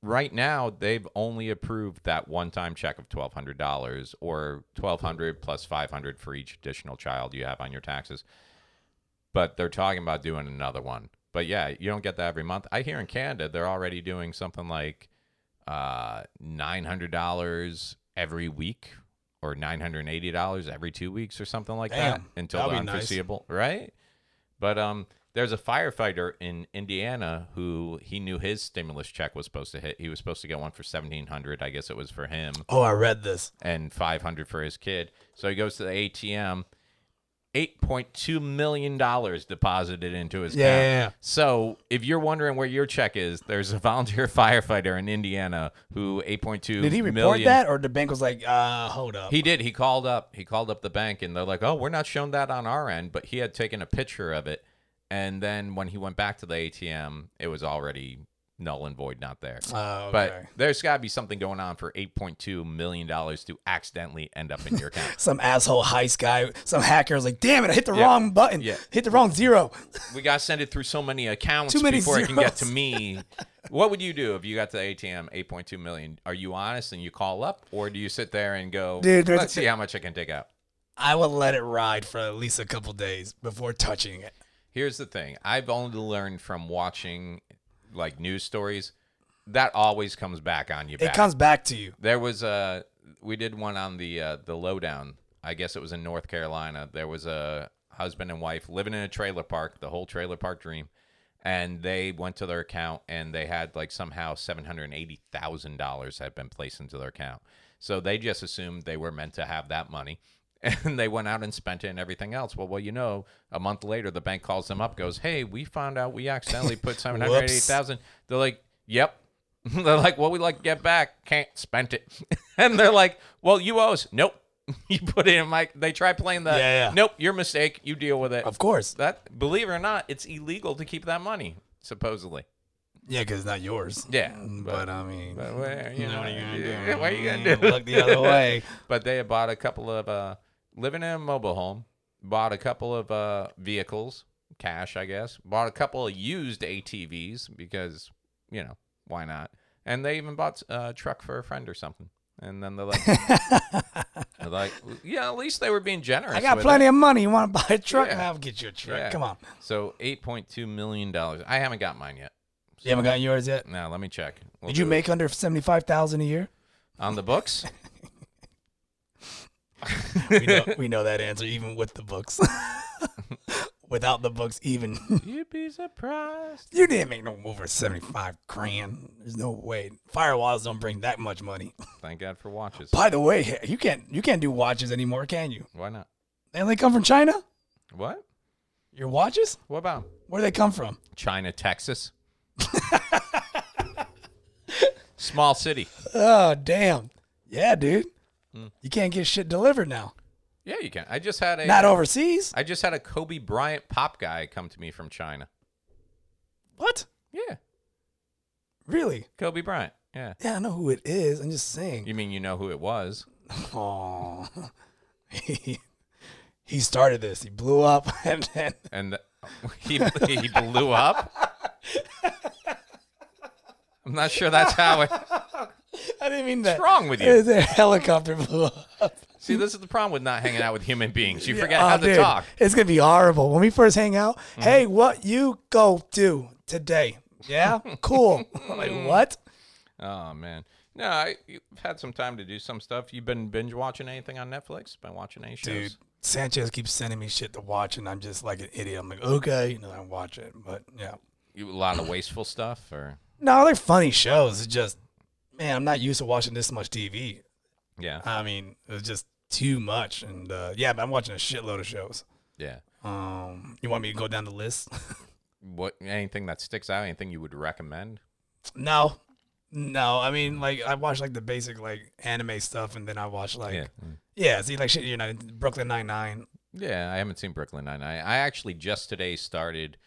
Speaker 1: Right now, they've only approved that one-time check of twelve hundred dollars, or twelve hundred plus five hundred for each additional child you have on your taxes. But they're talking about doing another one. But yeah, you don't get that every month. I hear in Canada they're already doing something like uh, nine hundred dollars every week, or nine hundred and eighty dollars every two weeks, or something like that,
Speaker 3: Damn,
Speaker 1: until
Speaker 3: that'd
Speaker 1: the
Speaker 3: be nice.
Speaker 1: unforeseeable, right? But um, there's a firefighter in Indiana who he knew his stimulus check was supposed to hit. He was supposed to get one for seventeen hundred. I guess it was for him
Speaker 3: Oh, I read this.
Speaker 1: and five hundred for his kid. So he goes to the ATM. Eight point two million dollars deposited into his
Speaker 3: Yeah,
Speaker 1: account.
Speaker 3: yeah, yeah.
Speaker 1: So if you're wondering where your check is, there's a volunteer firefighter in Indiana who eight point two
Speaker 3: Did he report that, or the bank was like, uh, hold up?
Speaker 1: he did. He called up. He called up the bank, and they're like, "Oh, we're not showing that on our end." But he had taken a picture of it, and then when he went back to the ATM, it was already null and void, not there.
Speaker 3: Oh,
Speaker 1: But
Speaker 3: okay.
Speaker 1: there's got to be something going on for 8.2 million dollars to accidentally end up in your account.
Speaker 3: some asshole heist guy, some hacker was like, damn it, I hit the
Speaker 1: Yeah.
Speaker 3: wrong button.
Speaker 1: Yeah.
Speaker 3: Hit the wrong zero.
Speaker 1: we got to send it through so many accounts
Speaker 3: Too many
Speaker 1: before it can get
Speaker 3: zeros.
Speaker 1: to me. What would you do if you got to the ATM 8.2 million? Are you honest and you call up, or do you sit there and go,
Speaker 3: Dude, there's-
Speaker 1: "Let's see how much I can take out"?
Speaker 3: I would let it ride for at least a couple days before touching it.
Speaker 1: Here's the thing. I've only learned from watching like news stories that always comes back on you.
Speaker 3: It
Speaker 1: Back.
Speaker 3: comes back to you.
Speaker 1: There was a we did one on the uh, the lowdown. I guess it was in North Carolina. There was a husband and wife living in a trailer park, the whole trailer park dream, and they went to their account and they had like somehow seven hundred eighty thousand dollars had been placed into their account. So they just assumed they were meant to have that money. And they went out and spent it and everything else. Well, well, you know, a month later, the bank calls them up, goes, "Hey, we found out we accidentally put seven hundred eighty thousand. They're like, "Yep, they're like, "Well, we like to get back. Can't spend it." and they're like, "Well, you owe us." Nope. you put it in my. They try playing the.
Speaker 3: Yeah, yeah.
Speaker 1: Nope. Your mistake. You deal with it.
Speaker 3: Of course.
Speaker 1: That believe it or not, it's illegal to keep that money. Supposedly.
Speaker 3: Yeah, because it's not yours.
Speaker 1: Yeah.
Speaker 3: But, I mean,
Speaker 1: but where, you
Speaker 3: you know what are you going to do?
Speaker 1: What are you gonna do?
Speaker 3: Look the other way.
Speaker 1: but they had bought a couple of uh, living in a mobile home, bought a couple of uh, vehicles, cash, I guess, bought a couple of used ATVs because you know why not, and they even bought uh, a truck for a friend or something. And then they're like, they're like, yeah, at least they were being generous.
Speaker 3: I got
Speaker 1: with
Speaker 3: plenty
Speaker 1: it."
Speaker 3: of money. You want to buy a truck?
Speaker 1: Yeah.
Speaker 3: I'll get you a truck.
Speaker 1: Yeah.
Speaker 3: Come on.
Speaker 1: So eight point two million dollars. I haven't got mine yet.
Speaker 3: You haven't gotten yours yet?
Speaker 1: Now let me check. We'll
Speaker 3: Did you
Speaker 1: do it.
Speaker 3: make under 75000 a year?
Speaker 1: on the books?
Speaker 3: We know, we know that answer even with the books. Without the books, even
Speaker 1: You'd be surprised.
Speaker 3: you didn't make no move for seventy-five grand. There's no way. Firewalls don't bring that much money.
Speaker 1: Thank God for watches.
Speaker 3: By the way, you can't you can't do watches anymore, can you?
Speaker 1: Why not?
Speaker 3: They only come from China.
Speaker 1: What?
Speaker 3: Your watches?
Speaker 1: What about 'em?
Speaker 3: Where do they come from?
Speaker 1: China, Texas? Small city.
Speaker 3: Oh damn. Yeah, dude. You can't get shit delivered now.
Speaker 1: Yeah, you can. I just had a
Speaker 3: Not overseas.
Speaker 1: I just had a Kobe Bryant pop guy come to me from China.
Speaker 3: What?
Speaker 1: Yeah,
Speaker 3: Really?
Speaker 1: Kobe Bryant. Yeah.
Speaker 3: Yeah, I know who it is. I'm just saying.
Speaker 1: You mean you know who it was?
Speaker 3: Oh, he, he started this. He blew up, and then
Speaker 1: And he he blew up. I'm not sure that's how it.
Speaker 3: I didn't mean that.
Speaker 1: wrong with you?
Speaker 3: It was a helicopter blew up.
Speaker 1: See, this is the problem with not hanging out with human beings. You forget
Speaker 3: Oh,
Speaker 1: how to
Speaker 3: dude,
Speaker 1: talk. Mm-hmm.
Speaker 3: It's gonna be horrible when we first hang out. Hey, what you go do today? Yeah, cool. like
Speaker 1: Mm.
Speaker 3: what?
Speaker 1: Oh man. No, I, you've had some time to do some stuff. You've been binge watching anything on Netflix? Been watching any shows?
Speaker 3: Dude, Sanchez keeps sending me shit to watch, and I'm just like an idiot. I'm like, okay, you know, I watch it, but yeah.
Speaker 1: You, a lot of wasteful stuff, or
Speaker 3: No, they're funny shows. It's just, man, I'm not used to watching this much TV.
Speaker 1: yeah,
Speaker 3: I mean, it was just too much. And uh, yeah, but I'm watching a shitload of shows.
Speaker 1: yeah.
Speaker 3: Um, you want me to go down the list?
Speaker 1: What anything that sticks out? Anything you would recommend?
Speaker 3: no, no. I mean, like I watch like the basic like anime stuff, and then I watch like yeah,
Speaker 1: yeah. Mm.
Speaker 3: see like shit, you know, Brooklyn Nine Nine.
Speaker 1: Yeah, I haven't seen Brooklyn Nine. I, I actually just today started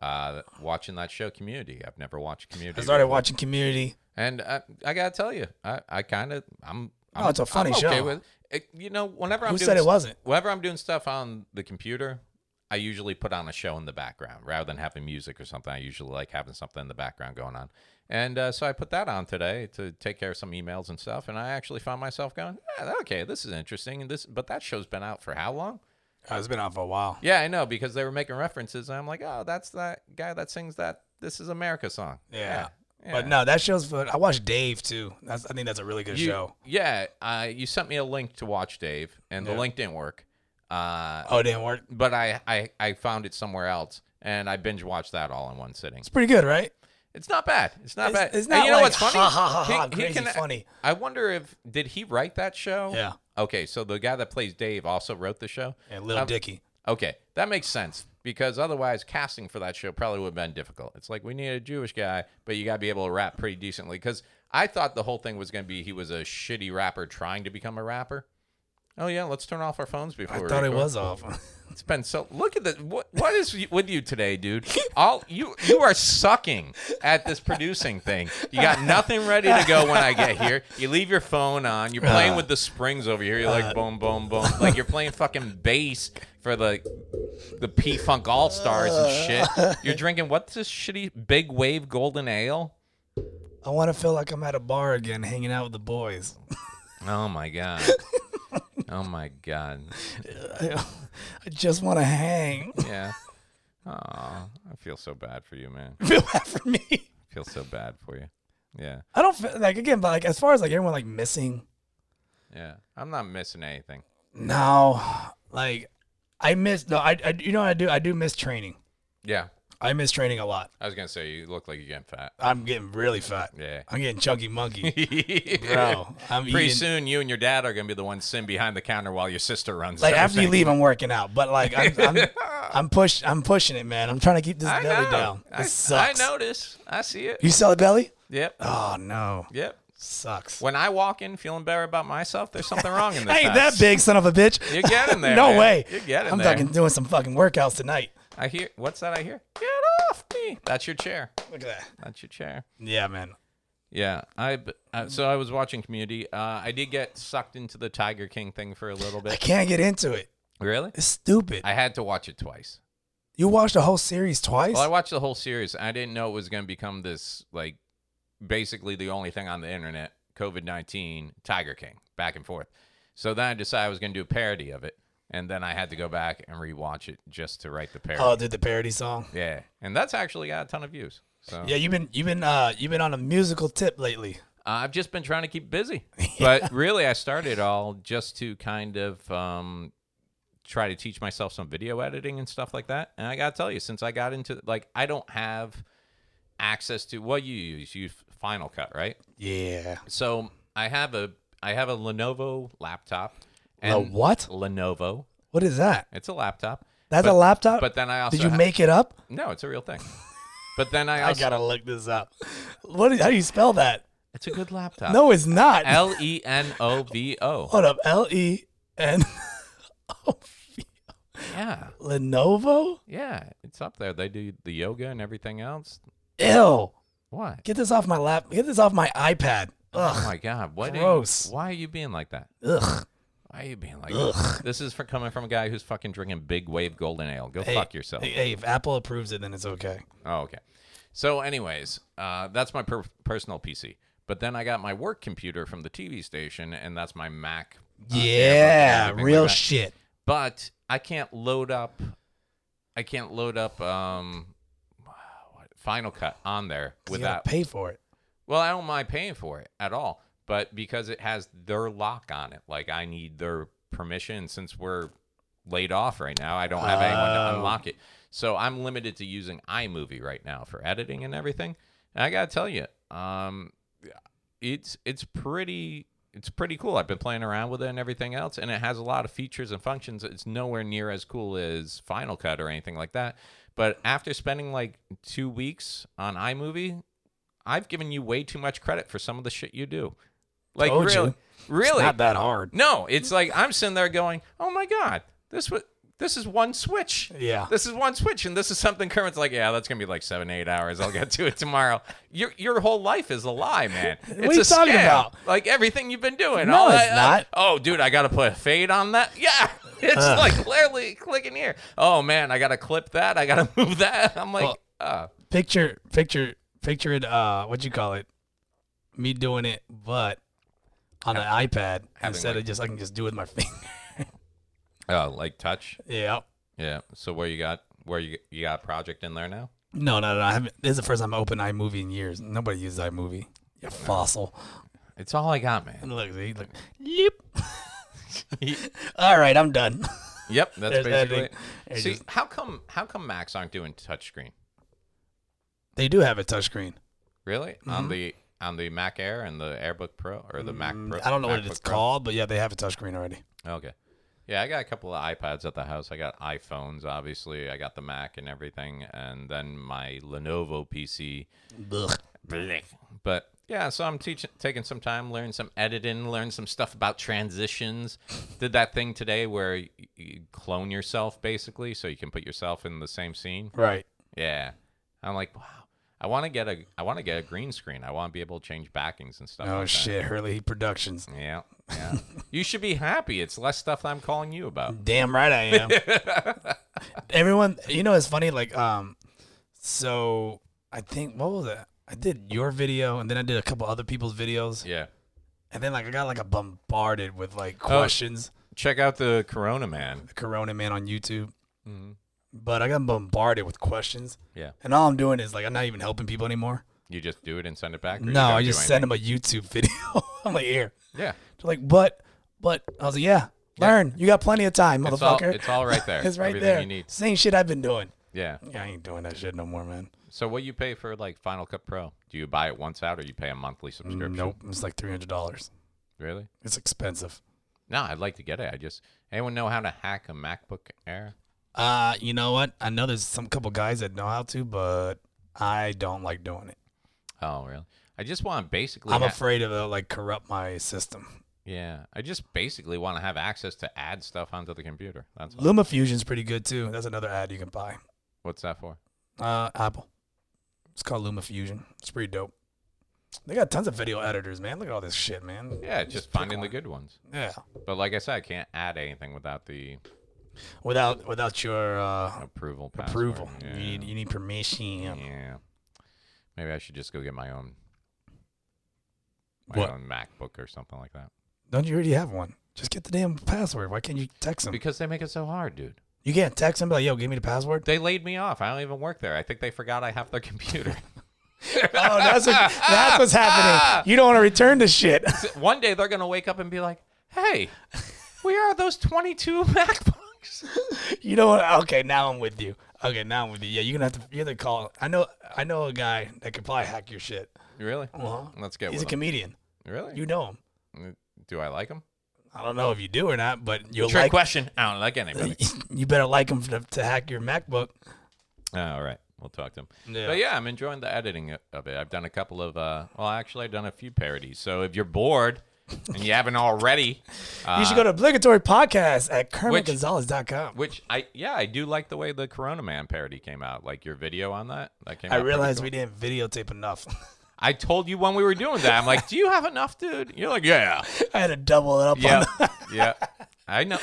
Speaker 1: uh, watching that show Community. I've never watched Community.
Speaker 3: I started
Speaker 1: before.
Speaker 3: watching Community.
Speaker 1: and I, I gotta tell you, I, I kind of I'm.
Speaker 3: Oh,
Speaker 1: I'm-
Speaker 3: it's a funny
Speaker 1: I'm okay
Speaker 3: show.
Speaker 1: With, it, you know, whenever I'm
Speaker 3: Who
Speaker 1: doing
Speaker 3: said it
Speaker 1: s-
Speaker 3: wasn't?
Speaker 1: Whenever I'm doing stuff on the computer, I usually put on a show in the background rather than having music or something. I usually like having something in the background going on, and uh, so I put that on today to take care of some emails and stuff. And I actually found myself going, yeah, "Okay, this is interesting." And this, but that show's been out for how long?
Speaker 3: Oh, it's been on for a while.
Speaker 1: Yeah, I know because they were making references, and I'm like, oh, that's that guy that sings that "This Is America" song.
Speaker 3: Yeah.
Speaker 1: yeah.
Speaker 3: But no, that show's fun. I watched Dave too. That's, I think that's a really good
Speaker 1: you,
Speaker 3: show.
Speaker 1: Yeah, uh, you sent me a link to watch Dave, and the
Speaker 3: Yeah.
Speaker 1: link didn't work. Uh,
Speaker 3: Oh, it didn't work.
Speaker 1: but I, I I found it somewhere else, and I binge watched that all in one sitting.
Speaker 3: It's pretty good, right?
Speaker 1: It's not bad. It's not
Speaker 3: It's-
Speaker 1: bad.
Speaker 3: it's
Speaker 1: And
Speaker 3: not
Speaker 1: you know
Speaker 3: like,
Speaker 1: what's funny?
Speaker 3: ha, ha, ha, ha, crazy funny.
Speaker 1: I wonder if did he write that show?
Speaker 3: Yeah.
Speaker 1: Okay, so the guy that plays Dave also wrote the show.
Speaker 3: And Little
Speaker 1: Um,
Speaker 3: Dicky.
Speaker 1: Okay, that makes sense because otherwise casting for that show probably would have been difficult. It's like we need a Jewish guy, but you got to be able to rap pretty decently cuz I thought the whole thing was going to be he was a shitty rapper trying to become a rapper. Oh yeah, let's turn off our phones before
Speaker 3: I
Speaker 1: we
Speaker 3: thought it
Speaker 1: record.
Speaker 3: was off.
Speaker 1: It's been so Look at the what what is y- with you today, dude? All you you are sucking at this producing thing. You got nothing ready to go when I get here. You leave your phone on. You're playing with the springs over here. You're like boom, boom, boom. Like you're playing fucking bass for the the P Funk All Stars and shit. You're drinking what's this shitty big wave golden ale?
Speaker 3: I want to feel like I'm at a bar again, hanging out with the boys.
Speaker 1: Oh my god. Oh my god.
Speaker 3: I just want to hang.
Speaker 1: Yeah. Aw, I feel so bad for you, man.
Speaker 3: Feel bad for me.
Speaker 1: I feel so bad for you. Yeah.
Speaker 3: I don't feel like again, but like as far as like everyone like missing.
Speaker 1: Yeah, I'm not missing anything.
Speaker 3: No, like I miss. No, I, I you know what I do. I do miss training.
Speaker 1: Yeah,
Speaker 3: I miss training a lot.
Speaker 1: I was gonna say you look like you're getting fat.
Speaker 3: I'm getting really fat.
Speaker 1: Yeah.
Speaker 3: I'm getting chunky monkey, bro. I'm
Speaker 1: Pretty
Speaker 3: eating.
Speaker 1: soon, you and your dad are gonna be the ones sitting behind the counter while your sister runs.
Speaker 3: Like after you
Speaker 1: everything.
Speaker 3: leave, I'm working out, but like I'm, I'm, I'm push, I'm pushing it, man. I'm trying to keep this
Speaker 1: I
Speaker 3: belly
Speaker 1: know.
Speaker 3: down. This
Speaker 1: I,
Speaker 3: sucks.
Speaker 1: I notice. I see it.
Speaker 3: You sell the belly?
Speaker 1: Yep.
Speaker 3: Oh no,
Speaker 1: Yep.
Speaker 3: sucks.
Speaker 1: When I walk in feeling better about myself, there's something wrong in this
Speaker 3: I ain't that
Speaker 1: house.
Speaker 3: big, son of a bitch.
Speaker 1: You're getting there,
Speaker 3: no
Speaker 1: man.
Speaker 3: way.
Speaker 1: You're getting
Speaker 3: I'm
Speaker 1: there.
Speaker 3: fucking doing some fucking workouts tonight.
Speaker 1: I hear. What's that? I hear. Get off me. That's your chair.
Speaker 3: Look at that.
Speaker 1: That's your chair.
Speaker 3: Yeah, man.
Speaker 1: Yeah, I b- uh, so I was watching Community. Uh, I did get sucked into the Tiger King thing for a little
Speaker 3: I
Speaker 1: bit.
Speaker 3: can't get into it.
Speaker 1: Really?
Speaker 3: It's stupid.
Speaker 1: I had to watch it twice.
Speaker 3: you watched the whole series twice?
Speaker 1: Well, I watched the whole series. I didn't know it was going to become this like basically the only thing on the internet, COVID nineteen, Tiger King, back and forth. So then I decided I was going to do a parody of it, and then I had to go back and rewatch it just to write the parody.
Speaker 3: oh, did the parody song?
Speaker 1: yeah, and that's actually got a ton of views. So
Speaker 3: Yeah, you've been you've been uh you've been on a musical tip lately.
Speaker 1: I've just been trying to keep busy, but really, I started all just to kind of um, try to teach myself some video editing and stuff like that. And I gotta tell you, since I got into like, I don't have access to what you use. You use Final Cut, right?
Speaker 5: Yeah.
Speaker 1: So I have a I have a Lenovo laptop.
Speaker 5: A what?
Speaker 1: Lenovo.
Speaker 5: What is that?
Speaker 1: It's a laptop.
Speaker 5: That's
Speaker 1: But-
Speaker 5: a laptop.
Speaker 1: But then I also
Speaker 5: did you
Speaker 1: ha-
Speaker 5: make it up?
Speaker 1: no, it's a real thing. But then I
Speaker 5: I
Speaker 1: also
Speaker 5: gotta look this up. What? How do you spell that?
Speaker 1: it's a good laptop.
Speaker 5: No, it's not.
Speaker 1: Uh, L E N O V O.
Speaker 5: Hold up. L E N
Speaker 1: Yeah,
Speaker 5: Lenovo.
Speaker 1: yeah, it's up there. They do the yoga and everything else.
Speaker 5: Ew.
Speaker 1: What?
Speaker 5: Get this off my lap. Get this off my iPad.
Speaker 1: Oh
Speaker 5: Ugh.
Speaker 1: my God! What? are you-
Speaker 5: gross.
Speaker 1: why are you being like that?
Speaker 5: Ugh.
Speaker 1: Why are you being like that? This is for coming from a guy who's fucking drinking Big Wave Golden Ale. Go
Speaker 5: Hey,
Speaker 1: fuck yourself.
Speaker 5: Hey, hey, if Apple approves it, then it's okay.
Speaker 1: Oh, okay. So, anyways, uh, that's my per- personal PC. But then I got my work computer from the TV station, and that's my Mac. uh, camera and
Speaker 5: yeah,
Speaker 1: everything
Speaker 5: real
Speaker 1: like that.
Speaker 5: shit.
Speaker 1: But I can't load up. I can't load up um, what- Final Cut on there
Speaker 5: You gotta
Speaker 1: without.
Speaker 5: pay for it.
Speaker 1: well, I don't mind paying for it at all, but because it has their lock on it, like I need their permission. Since we're laid off right now, I don't have anyone to unlock it. So I'm limited to using iMovie right now for editing and everything. And I gotta tell you, um, it's it's pretty it's pretty cool. I've been playing around with it and everything else, and it has a lot of features and functions. It's nowhere near as cool as Final Cut or anything like that. But after spending like two weeks on iMovie, I've given you way too much credit for some of the shit you do. Like
Speaker 5: Told
Speaker 1: really,
Speaker 5: you.
Speaker 1: really,
Speaker 5: Not that hard.
Speaker 1: no, it's like I'm sitting there going, "Oh my god, this was this is one switch.
Speaker 5: Yeah.
Speaker 1: this is one switch, and this is something." Kermit's like, "Yeah, that's gonna be like seven, eight hours. I'll get to it tomorrow." Your your whole life is a lie, man. It's
Speaker 5: are you
Speaker 1: a
Speaker 5: talking
Speaker 1: scam.
Speaker 5: about?
Speaker 1: Like everything you've been doing.
Speaker 5: No,
Speaker 1: all
Speaker 5: it's
Speaker 1: that-
Speaker 5: not.
Speaker 1: oh, dude, I gotta put a fade on that. Yeah. It's like clearly clicking here. Oh man, I gotta clip that. I gotta move that. I'm like, uh,
Speaker 5: Picture, picture, picture it. Uh, what you call it? Me doing it, but on an iPad instead
Speaker 1: like-
Speaker 5: of just I can just do it with my finger.
Speaker 1: uh, like touch.
Speaker 5: yeah.
Speaker 1: Yeah. So where you got where you you got project in there now?
Speaker 5: No, no, no. I haven't. This is the first time I opened iMovie in years. Nobody uses iMovie. You fossil.
Speaker 1: It's all I got, man.
Speaker 5: And look, see, look. Leap. All right, I'm done.
Speaker 1: Yep, that's
Speaker 5: There's
Speaker 1: basically
Speaker 5: editing.
Speaker 1: it.
Speaker 5: It's
Speaker 1: See,
Speaker 5: just-
Speaker 1: how come how come Macs aren't doing touchscreen?
Speaker 5: they do have a touchscreen.
Speaker 1: Really?
Speaker 5: Mm-hmm.
Speaker 1: On the on the Mac Air and the AirBook Pro or the Mac Pro?
Speaker 5: Mm, I don't know what
Speaker 1: MacBook
Speaker 5: it's
Speaker 1: Pro?
Speaker 5: called, but yeah, they have a touchscreen already.
Speaker 1: Okay. Yeah, I got a couple of iPads at the house. I got iPhones, obviously. I got the Mac and everything, and then my Lenovo PC.
Speaker 5: Ugh.
Speaker 1: Blech. But yeah, so I'm teaching, taking some time, learn some editing, learn some stuff about transitions. Did that thing today where you, you clone yourself basically, so you can put yourself in the same scene.
Speaker 5: Right.
Speaker 1: Yeah. I'm like, wow. I want to get a I want to get a green screen. I want to be able to change backings and stuff.
Speaker 5: Oh
Speaker 1: like
Speaker 5: shit, Hurley Productions.
Speaker 1: That. Yeah. Yeah. you should be happy. It's less stuff that I'm calling you about.
Speaker 5: Damn right I am. Everyone, you know, it's funny. Like, um, so I think what was it? I did your video, and then I did a couple other people's videos,
Speaker 1: Yeah.
Speaker 5: and then like I got like a bombarded with like
Speaker 1: Oh.
Speaker 5: questions.
Speaker 1: Check out the Corona man.
Speaker 5: The Corona Man on YouTube,
Speaker 1: Mm-hmm.
Speaker 5: but I got bombarded with questions,
Speaker 1: Yeah.
Speaker 5: and all I'm doing is like I'm not even helping people anymore.
Speaker 1: You just do it and send it back. or you
Speaker 5: No,
Speaker 1: don't
Speaker 5: I
Speaker 1: do
Speaker 5: just send them a YouTube video. I'm like, here.
Speaker 1: anything? Yeah.
Speaker 5: They're like, but, but I was like, yeah, learn. You got plenty of time,
Speaker 1: It's all,
Speaker 5: motherfucker.
Speaker 1: it's all right there.
Speaker 5: It's right
Speaker 1: Everything
Speaker 5: there.
Speaker 1: you need.
Speaker 5: Same shit I've been doing.
Speaker 1: Yeah.
Speaker 5: Yeah, I ain't doing that shit no more, man.
Speaker 1: So what you pay for like Final Cut Pro? Do you buy it once out or you pay a monthly subscription?
Speaker 5: Mm, Nope, it's like three hundred dollars.
Speaker 1: Really?
Speaker 5: It's expensive.
Speaker 1: No, I'd like to get it. I just anyone know how to hack a MacBook Air?
Speaker 5: Uh, you know what? I know there's some couple guys that know how to, but I don't like doing it.
Speaker 1: Oh, really? I just want basically
Speaker 5: I'm
Speaker 1: ha-
Speaker 5: afraid of will like corrupt my system.
Speaker 1: Yeah, I just basically want to have access to add stuff onto the computer. That's all.
Speaker 5: LumaFusion's pretty good too. That's another ad you can buy.
Speaker 1: what's that for.
Speaker 5: Uh, Apple. It's called LumaFusion. It's pretty dope. They got tons of video editors, man. Look at all this shit, man.
Speaker 1: Yeah, just,
Speaker 5: pick
Speaker 1: finding the
Speaker 5: one.
Speaker 1: good ones.
Speaker 5: Yeah.
Speaker 1: But like I said, I can't add anything without the
Speaker 5: Without without your uh,
Speaker 1: approval. Password.
Speaker 5: approval,
Speaker 1: Yeah.
Speaker 5: you need you need permission.
Speaker 1: yeah. Maybe I should just go get my own, my
Speaker 5: What?
Speaker 1: own MacBook or something like that.
Speaker 5: Don't you already have one? Just get the damn password. Why can't you text them?
Speaker 1: Because they make it so hard, dude.
Speaker 5: You can't text them like, yo, give me the password.
Speaker 1: They laid me off. I don't even work there. I think they forgot I have their computer.
Speaker 3: Oh, that's, what, that's what's happening. You don't want to return to shit.
Speaker 1: One day they're gonna wake up and be like, "Hey, where are those 22 MacBooks?"
Speaker 3: You don't want. Okay, now I'm with you. Okay, now I'm with you. Yeah, you're gonna have to. You're the call. I know. I know a guy that could probably hack your shit.
Speaker 1: Really?
Speaker 5: Uh-huh.
Speaker 1: Let's get
Speaker 3: He's a
Speaker 1: with 'em.
Speaker 3: comedian.
Speaker 1: Really?
Speaker 3: You know him.
Speaker 1: Do I like him?
Speaker 3: I don't know if you do or not, but you'll
Speaker 1: Trick
Speaker 3: like.
Speaker 1: question. I don't like anybody.
Speaker 3: You better like him to, to hack your MacBook.
Speaker 1: Ah, all right. We'll talk to him.
Speaker 3: Yeah.
Speaker 1: But yeah, I'm enjoying the editing o- of it. I've done a couple of, uh, well, actually, I've done a few parodies. So if you're bored and you haven't already, uh,
Speaker 3: you should go to obligatory podcast at
Speaker 1: Ah. which-
Speaker 3: KermitGonzalez.com.
Speaker 1: which I, yeah, I do like the way the Corona Man parody came out. Like your video on that, that came
Speaker 3: I
Speaker 1: out. pretty
Speaker 3: realized
Speaker 1: cool.
Speaker 3: we didn't videotape enough.
Speaker 1: I told you when we were doing that. I'm like, do you have enough, dude? You're like, yeah.
Speaker 3: I had to double it up.
Speaker 1: Yeah.
Speaker 3: On
Speaker 1: yeah. I know.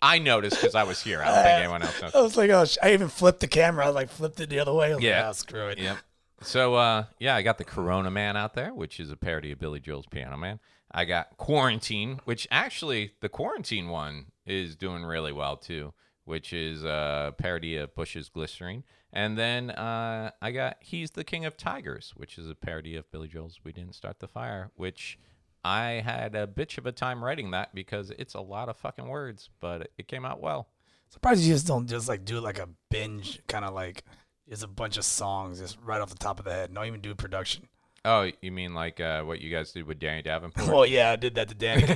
Speaker 1: I noticed because I was here. I don't think
Speaker 3: Uh,
Speaker 1: anyone else knows.
Speaker 3: the, I was like, oh, sh- I even flipped the camera. I was like, flipped it the other way. I was yeah,
Speaker 1: Yeah.
Speaker 3: like, oh, screw it.
Speaker 1: Yep. So uh, yeah, I got the Corona Man out there, which is a parody of Billy Joel's Piano Man. I got Quarantine, which actually the Quarantine one is doing really well too, which is a parody of Bush's Glycerine. And then uh, I got He's the King of Tigers, which is a parody of Billy Joel's We Didn't Start the Fire, which I had a bitch of a time writing that because it's a lot of fucking words, but it came out well.
Speaker 3: Surprised you just don't just like do like a binge kind of like just a bunch of songs just right off the top of the head. Don't even do production.
Speaker 1: Oh, you mean like uh, what you guys did with Danny Davenport?
Speaker 3: Well, yeah, I did that to Danny.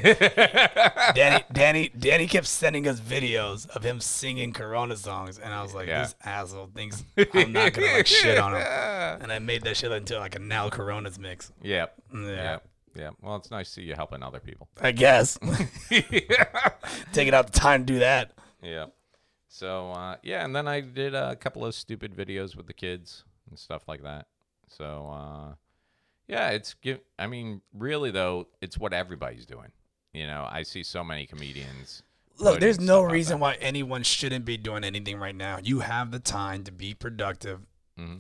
Speaker 3: Danny, Danny, Danny kept sending us videos of him singing Corona songs, and I was like,
Speaker 1: Yeah.
Speaker 3: this asshole thinks I'm not gonna like shit on him. And I made that shit into like a now Coronas mix.
Speaker 1: Yep.
Speaker 3: Yeah,
Speaker 1: Yep. Yeah. Well, it's nice to see you helping other people.
Speaker 3: I guess taking out the time to do that.
Speaker 1: Yeah. So, uh, yeah. And then I did a couple of stupid videos with the kids and stuff like that. So, uh, yeah, it's, give, I mean, really, though, it's what everybody's doing. You know, I see so many comedians.
Speaker 3: Look,
Speaker 1: putting
Speaker 3: there's no
Speaker 1: stuff out
Speaker 3: reason
Speaker 1: there.
Speaker 3: why anyone shouldn't be doing anything right now. You have the time to be productive.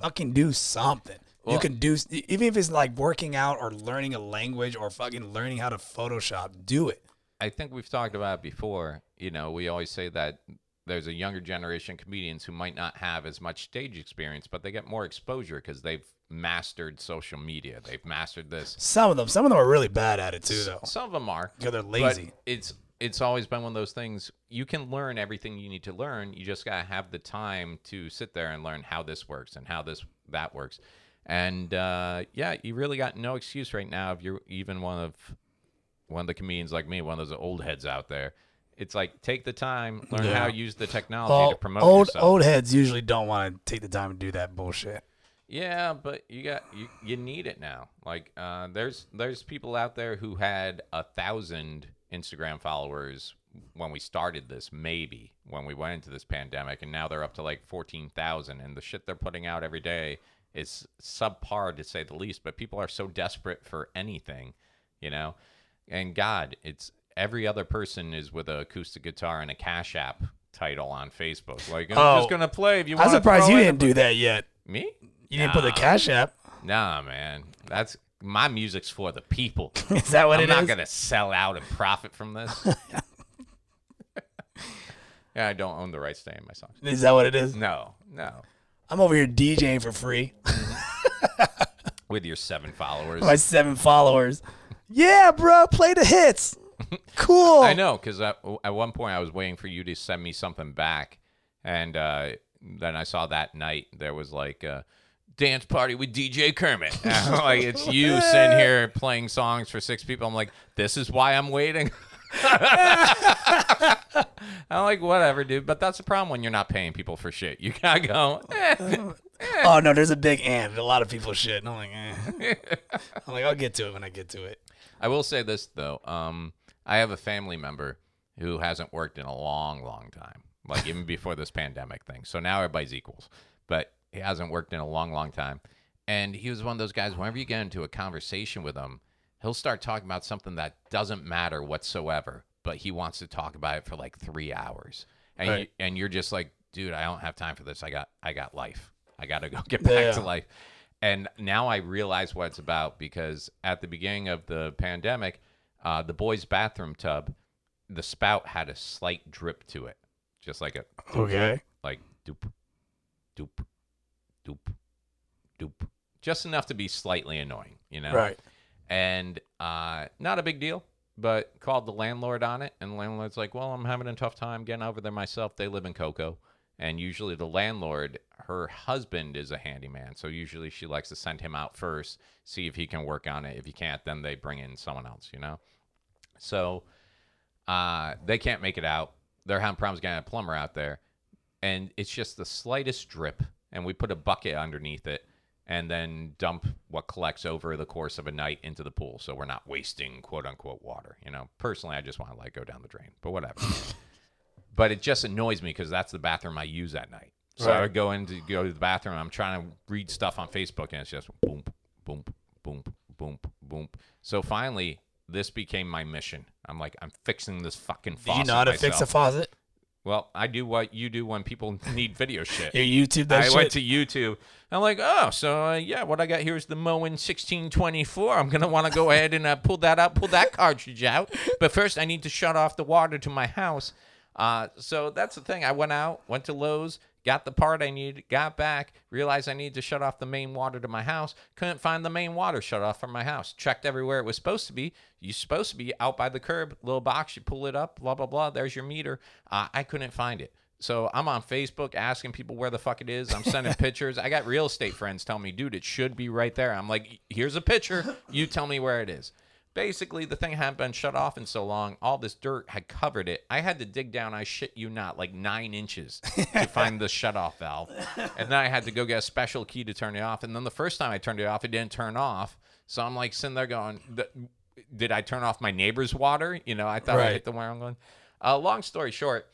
Speaker 3: Fucking do something.
Speaker 1: Mm-hmm. Well-
Speaker 3: you can do s- e, even if it's like working out or learning a language or fucking learning how to Photoshop. Do it.
Speaker 1: I think we've talked about it before. You know, we always say that there's a younger generation of comedians who might not have as much stage experience, but they get more exposure because they've mastered social media. They've mastered this.
Speaker 3: Some of them, some of them are really bad at it too,
Speaker 1: S-
Speaker 3: though.
Speaker 1: Some of them are.
Speaker 3: Yeah, they're
Speaker 1: but
Speaker 3: lazy.
Speaker 1: it's it's always been one of those things. You can learn everything you need to learn. You just gotta have the time to sit there and learn how this works and how this that works. And uh, yeah, you really got no excuse right now if you're even one of one of the comedians like me, one of those old heads out there. It's like take the time, learn how to use the technology to
Speaker 3: Well,
Speaker 1: promote
Speaker 3: old
Speaker 1: yourself.
Speaker 3: old heads usually don't want to take the time to do that bullshit.
Speaker 1: Yeah, but you got you, you need it now. Like uh, there's there's people out there who had a thousand Instagram followers when we started this, maybe when we went into this pandemic, and now they're up to like fourteen thousand. And the shit they're putting out every day is subpar to say the least. But people are so desperate for anything, you know. And God, it's every other person is with an acoustic guitar and a Cash App title on Facebook. Like I'm
Speaker 3: Oh.
Speaker 1: just gonna play if you want.
Speaker 3: I'm surprised you didn't do that yet.
Speaker 1: me.
Speaker 3: You didn't put the Cash App.
Speaker 1: Nah, man. That's my music's for the people.
Speaker 3: Is that what
Speaker 1: I'm
Speaker 3: it
Speaker 1: not
Speaker 3: is?
Speaker 1: gonna sell out and profit from this. yeah, I don't own the rights to any of my songs.
Speaker 3: Is that what it is?
Speaker 1: No, no.
Speaker 3: I'm over here DJing for free.
Speaker 1: With your seven followers.
Speaker 3: my seven followers. Yeah, bro, play the hits. Cool.
Speaker 1: I know, because at one point I was waiting for you to send me something back, and uh, then I saw that night there was like a dance party with DJ Kermit. And I'm like it's you sitting here playing songs for six people. I'm like, this is why I'm waiting. I'm like, whatever, dude. But that's the problem when you're not paying people for shit. You gotta go. eh.
Speaker 3: Oh no, there's a big and a lot of people shit. And I'm like, eh. I'm like, I'll get to it when I get to it.
Speaker 1: I will say this though. Um, I have a family member who hasn't worked in a long, long time, like even before this pandemic thing. So now everybody's equals, but he hasn't worked in a long, long time. And he was one of those guys. Whenever you get into a conversation with him, he'll start talking about something that doesn't matter whatsoever, but he wants to talk about it for like three hours, and you,
Speaker 3: Right.
Speaker 1: and you're just like, dude, I don't have time for this. I got, I got life. I gotta go get back
Speaker 3: Yeah.
Speaker 1: to life. And now I realize what it's about because at the beginning of the pandemic, uh, the boys' bathroom tub, the spout had a slight drip to it, just like a
Speaker 5: Oh,
Speaker 3: Okay.
Speaker 1: like doop, doop, doop, doop, just enough to be slightly annoying, you know?
Speaker 3: Right.
Speaker 1: And uh, not a big deal, but called the landlord on it. And the landlord's like, well, I'm having a tough time getting over there myself. They live in Cocoa. And usually the landlord, her husband is a handyman. So usually she likes to send him out first, see if he can work on it. If he can't, then they bring in someone else, you know? So uh, they can't make it out. They're having problems getting a plumber out there. And it's just the slightest drip. And we put a bucket underneath it and then dump what collects over the course of a night into the pool. So we're not wasting quote unquote water. You know, personally, I just want to like go down the drain, but whatever. but it just annoys me because that's the bathroom I use at night. So I
Speaker 3: Right.
Speaker 1: would go in to go to the bathroom. I'm trying to read stuff on Facebook and it's just boom, boom, boom, boom, boom. So finally, this became my mission. I'm like, I'm fixing this fucking
Speaker 3: Did
Speaker 1: faucet.
Speaker 3: you know how to fix a
Speaker 1: myself.
Speaker 3: faucet?
Speaker 1: Well, I do what you do when people need video shit.
Speaker 3: Your YouTube that
Speaker 1: I
Speaker 3: shit.
Speaker 1: went to YouTube. I'm like, oh, so uh, yeah, what I got here is the Moen 1624. I'm gonna want to go ahead and uh, pull that out, pull that cartridge out. But first, I need to shut off the water to my house. Uh, so that's the thing. I went out, went to Lowe's, got the part I needed, got back, realized I needed to shut off the main water to my house. Couldn't find the main water shut off from my house. Checked everywhere it was supposed to be. You're supposed to be out by the curb, little box. You pull it up, blah blah blah. There's your meter. Uh, I couldn't find it. So I'm on Facebook asking people where the fuck it is. I'm sending pictures. I got real estate friends telling me, dude, it should be right there. I'm like, here's a picture. You tell me where it is. Basically, the thing hadn't been shut off in so long. All this dirt had covered it. I had to dig down, I shit you not, like nine inches to find the shut off valve. And then I had to go get a special key to turn it off. And then the first time I turned it off, it didn't turn off. So I'm like sitting there going, "The- did I turn off my neighbor's water? You know, I thought I
Speaker 3: Right.
Speaker 1: hit the wrong one. Uh, long story short,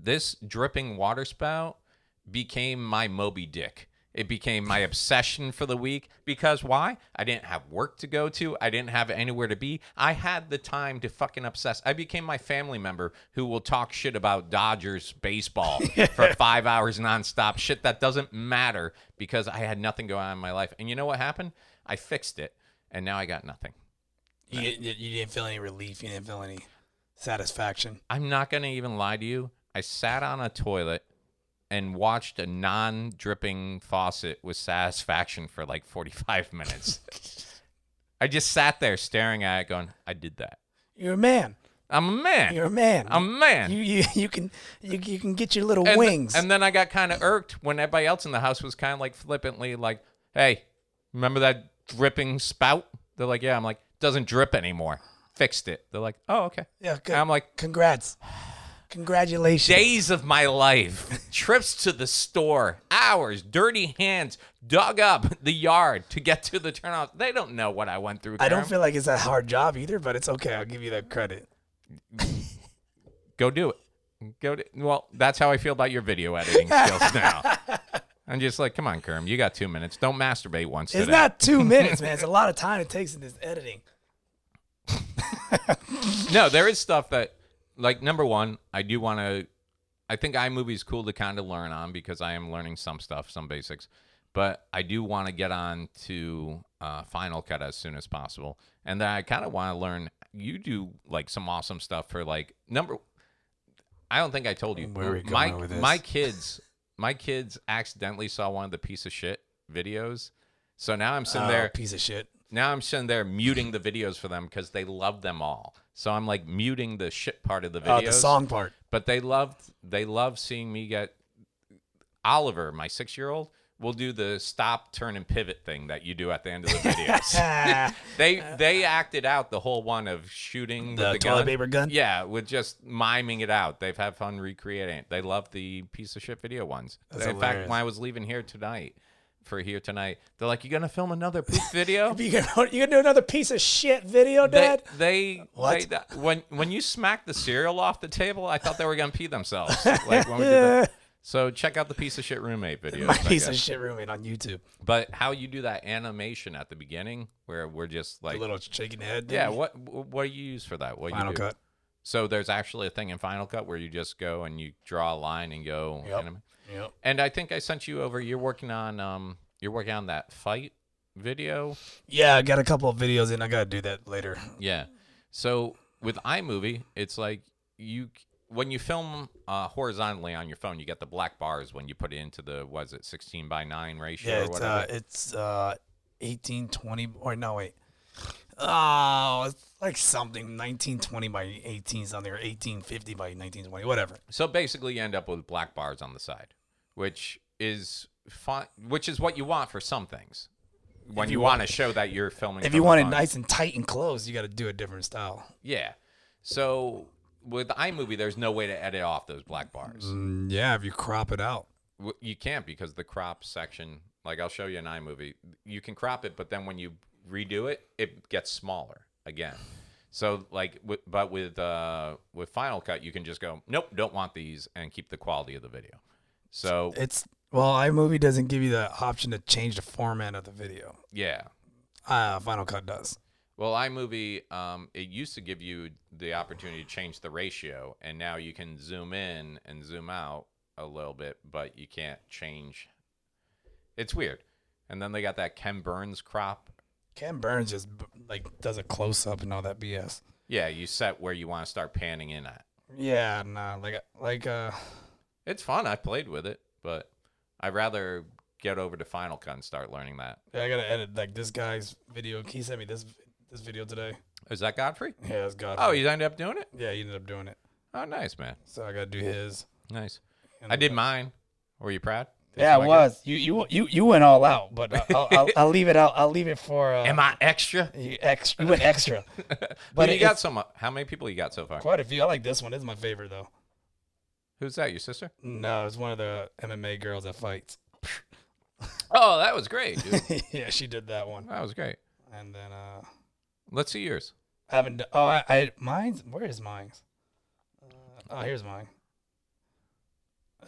Speaker 1: this dripping water spout became my Moby Dick. It became my obsession for the week because why? I didn't have work to go to. I didn't have anywhere to be. I had the time to fucking obsess. I became my family member who will talk shit about Dodgers baseball for five hours nonstop. Shit that doesn't matter because I had nothing going on in my life. And you know what happened? I fixed it and now I got nothing.
Speaker 3: You, you- you didn't feel any relief. You didn't feel any satisfaction.
Speaker 1: I'm not going to even lie to you. I sat on a toilet and watched a non dripping faucet with satisfaction for like 45 minutes. I just sat there staring at it, going, I did that.
Speaker 3: You're a man.
Speaker 1: I'm a man.
Speaker 3: You're a man.
Speaker 1: I'm a man.
Speaker 3: You you, you can you, you can get your little
Speaker 1: and,
Speaker 3: wings.
Speaker 1: and then I got kind of irked when everybody else in the house was kind of like flippantly, like, hey, remember that dripping spout? They're like, yeah. I'm like, doesn't drip anymore. Fixed it. They're like, oh, okay.
Speaker 3: yeah, good.
Speaker 1: I'm like,
Speaker 3: congrats, congratulations.
Speaker 1: days of my life trips to the store hours dirty hands dug up the yard to get to the turnoff they don't know what i went through
Speaker 3: I don't
Speaker 1: Karen.
Speaker 3: feel like it's a hard job either, but it's okay. I'll give you that credit.
Speaker 1: go do it go do well that's how i feel about your video editing skills now i'm just like come on kerm you got two minutes don't masturbate once
Speaker 3: It's
Speaker 1: today
Speaker 3: not two minutes, man. It's a lot of time it takes in this editing.
Speaker 1: no there is stuff that like number one i do want to i think imovie's cool to kind of learn on because i am learning some stuff some basics but i do want to get on to uh, final cut as soon as possible and then i kind of want to learn you do like some awesome stuff for like number i don't think i told you
Speaker 3: Where are we
Speaker 1: my,
Speaker 3: going with this?
Speaker 1: my kids my kids accidentally saw one of the piece of shit videos so now i'm sitting
Speaker 3: Oh,
Speaker 1: there
Speaker 3: piece of shit.
Speaker 1: now I'm sitting there muting the videos for them because they love them all. So I'm like muting the shit part of the
Speaker 3: Oh,
Speaker 1: videos.
Speaker 3: the song part.
Speaker 1: But they loved they love seeing me get Oliver, my six year old, will do the stop, turn, and pivot thing that you do at the end of the videos.
Speaker 3: Ah,
Speaker 1: they they acted out the whole one of shooting
Speaker 3: The
Speaker 1: with the
Speaker 3: toilet
Speaker 1: gun.
Speaker 3: paper gun?
Speaker 1: Yeah, with just miming it out. They've had fun recreating it. They love the piece of shit video ones.
Speaker 3: That's
Speaker 1: In fact,
Speaker 3: hilarious.
Speaker 1: when I was leaving here tonight for here tonight, they're like, You gonna film another poop video?
Speaker 3: you gonna you gonna do another piece of shit video, Dad?
Speaker 1: They, they,
Speaker 3: What?
Speaker 1: they- when when you smacked the cereal off the table, I thought they were gonna pee themselves. Like when we did that. So check out the piece of shit roommate video.
Speaker 3: My piece of shit roommate on YouTube.
Speaker 1: But how you do that animation at the beginning, where we're just
Speaker 3: A
Speaker 1: like,
Speaker 3: little shaking head.
Speaker 1: yeah,
Speaker 3: thing.
Speaker 1: what what do you use for that? What
Speaker 3: Final
Speaker 1: you do?
Speaker 3: cut.
Speaker 1: So there's actually a thing in Final Cut where you just go and you draw a line and go.
Speaker 3: Yep.
Speaker 1: anime.
Speaker 3: Yep.
Speaker 1: And I think I sent you over. You're working on um, you're working on that fight video.
Speaker 3: Yeah, I got a couple of videos in. I gotta do that later.
Speaker 1: Yeah. So with iMovie, it's like you c- when you film uh, horizontally on your phone, you get the black bars when you put it into the was it 16 by 9 ratio
Speaker 3: Yeah,
Speaker 1: or
Speaker 3: it's
Speaker 1: whatever.
Speaker 3: uh, it's uh, 18, 20, or no, wait. Oh, it's like something 1920 by 18 something or 1850 by 1920, whatever.
Speaker 1: So basically, you end up with black bars on the side, which is fine, which is what you want for some things. When you, want to show that you're filming,
Speaker 3: If
Speaker 1: from
Speaker 3: you
Speaker 1: the
Speaker 3: want it
Speaker 1: front.
Speaker 3: nice and tight and close, you got to do a different style.
Speaker 1: yeah. So with iMovie, there's no way to edit off those black bars.
Speaker 3: Mm, yeah, if you crop it out.
Speaker 1: W- You can't because the crop section, like I'll show you an iMovie, you can crop it, but then when you redo it, it gets smaller again. So like, wi- but with uh, with Final Cut, you can just go, nope, don't want these, and keep the quality of the video. So
Speaker 3: It's well, iMovie doesn't give you the option to change the format of the video.
Speaker 1: yeah,
Speaker 3: Uh, Final Cut does.
Speaker 1: Well, iMovie, um, it used to give you the opportunity to change the ratio, and now you can zoom in and zoom out a little bit, but you can't change. It's weird. And then they got that Ken Burns crop.
Speaker 3: Ken Burns just b- like does a close up and all that BS.
Speaker 1: Yeah, you set where you want to start panning in at.
Speaker 3: Yeah, nah, like like uh,
Speaker 1: It's fun. I played with it, but I'd rather get over to Final Cut and start learning that.
Speaker 3: I gotta edit like this guy's video. He sent me this this video today.
Speaker 1: Is that Godfrey?
Speaker 3: Yeah, it's got.
Speaker 1: Oh, you ended up doing it?
Speaker 3: yeah, he ended up doing it.
Speaker 1: Oh, nice, man.
Speaker 3: So I gotta do his.
Speaker 1: Nice.
Speaker 3: And
Speaker 1: I did mine. Were you proud? Did
Speaker 3: Yeah,
Speaker 1: you
Speaker 3: it
Speaker 1: like
Speaker 3: was. You you you you went all out, but uh, I'll, I'll I'll leave it out. I'll leave it for. Uh,
Speaker 1: Am I extra?
Speaker 3: You, ex- you went extra.
Speaker 1: But
Speaker 3: it-
Speaker 1: you got
Speaker 3: it's
Speaker 1: so much. How many people you got so far?
Speaker 3: quite a few. I like this one. This is my favorite though.
Speaker 1: Who's that? Your sister?
Speaker 3: No, it's one of the MMA girls that fights.
Speaker 1: Oh, that was great. Dude.
Speaker 3: yeah, she did that one.
Speaker 1: that was great.
Speaker 3: And then uh,
Speaker 1: Let's see yours.
Speaker 3: I haven't. d- Oh, I, I mine's. Where is mine's? Uh, oh, here's mine.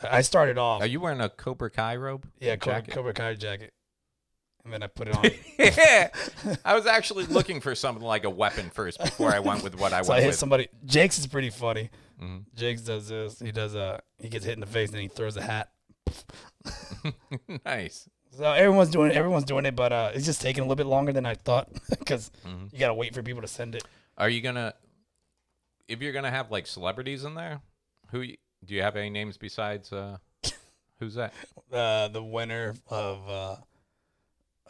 Speaker 3: I I started off.
Speaker 1: Are you wearing a Cobra Kai robe?
Speaker 3: yeah, Cobra,
Speaker 1: jacket?
Speaker 3: Cobra Kai jacket. And then I put it on.
Speaker 1: yeah. I was actually looking for something like a weapon first before I went with what I
Speaker 3: so I
Speaker 1: went
Speaker 3: hit
Speaker 1: with.
Speaker 3: somebody. Jake's is pretty funny.
Speaker 1: Mhm.
Speaker 3: Jake's does this. He does uh He gets hit in the face and then he throws a hat.
Speaker 1: nice.
Speaker 3: So everyone's doing everyone's doing it, but uh, it's just taking a little bit longer than I thought because you gotta wait for people to send it.
Speaker 1: Are you gonna? If you're gonna have like celebrities in there, who y- do you have any names besides? uh Who's that?
Speaker 3: Uh, the winner of uh,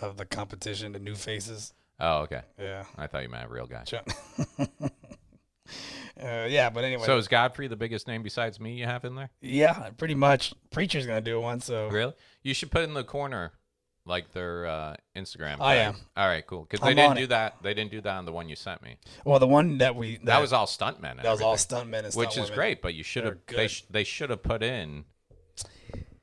Speaker 3: of the competition, the new faces.
Speaker 1: Oh, okay.
Speaker 3: Yeah,
Speaker 1: I thought you meant a real guy.
Speaker 3: Ch- uh, yeah. But anyway,
Speaker 1: So is Godfrey the biggest name besides me you have in there?
Speaker 3: yeah, pretty much. Preacher's gonna do one, so
Speaker 1: Really? You should put in the corner like their uh, Instagram.
Speaker 3: I
Speaker 1: tag.
Speaker 3: am.
Speaker 1: All right, cool. Because they
Speaker 3: I'm
Speaker 1: didn't
Speaker 3: on
Speaker 1: do
Speaker 3: it.
Speaker 1: that. They didn't do that on the one you sent me.
Speaker 3: well, the one that we that,
Speaker 1: That was all stuntmen. and
Speaker 3: that was all
Speaker 1: everything,
Speaker 3: stuntmen and stunt
Speaker 1: which is
Speaker 3: women.
Speaker 1: great. But you should have.
Speaker 3: They're
Speaker 1: They
Speaker 3: good.
Speaker 1: sh- they should have put in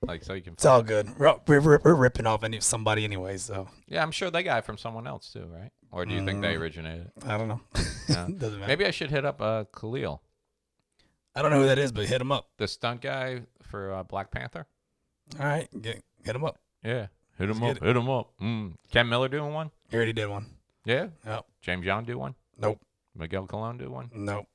Speaker 1: like so you can.
Speaker 3: It's all good. We're, we're, we're, we're ripping off any somebody anyway, so
Speaker 1: Yeah, I'm sure they got it from someone else too, right? Or do you think
Speaker 3: Mm.
Speaker 1: they originated it?
Speaker 3: I don't know. Doesn't matter.
Speaker 1: Maybe I should hit up uh, Khalil,
Speaker 3: I don't know who that is, but hit him up.
Speaker 1: the stunt guy for uh, Black Panther.
Speaker 3: All right, get, hit him up.
Speaker 1: Yeah, hit him
Speaker 3: Let's
Speaker 1: up.
Speaker 3: get
Speaker 1: Hit him up. Mm. Ken Miller doing one.
Speaker 3: He already did one.
Speaker 1: Yeah.
Speaker 3: Nope.
Speaker 1: James John do one.
Speaker 3: Nope.
Speaker 1: Miguel Colon do one.
Speaker 3: Nope.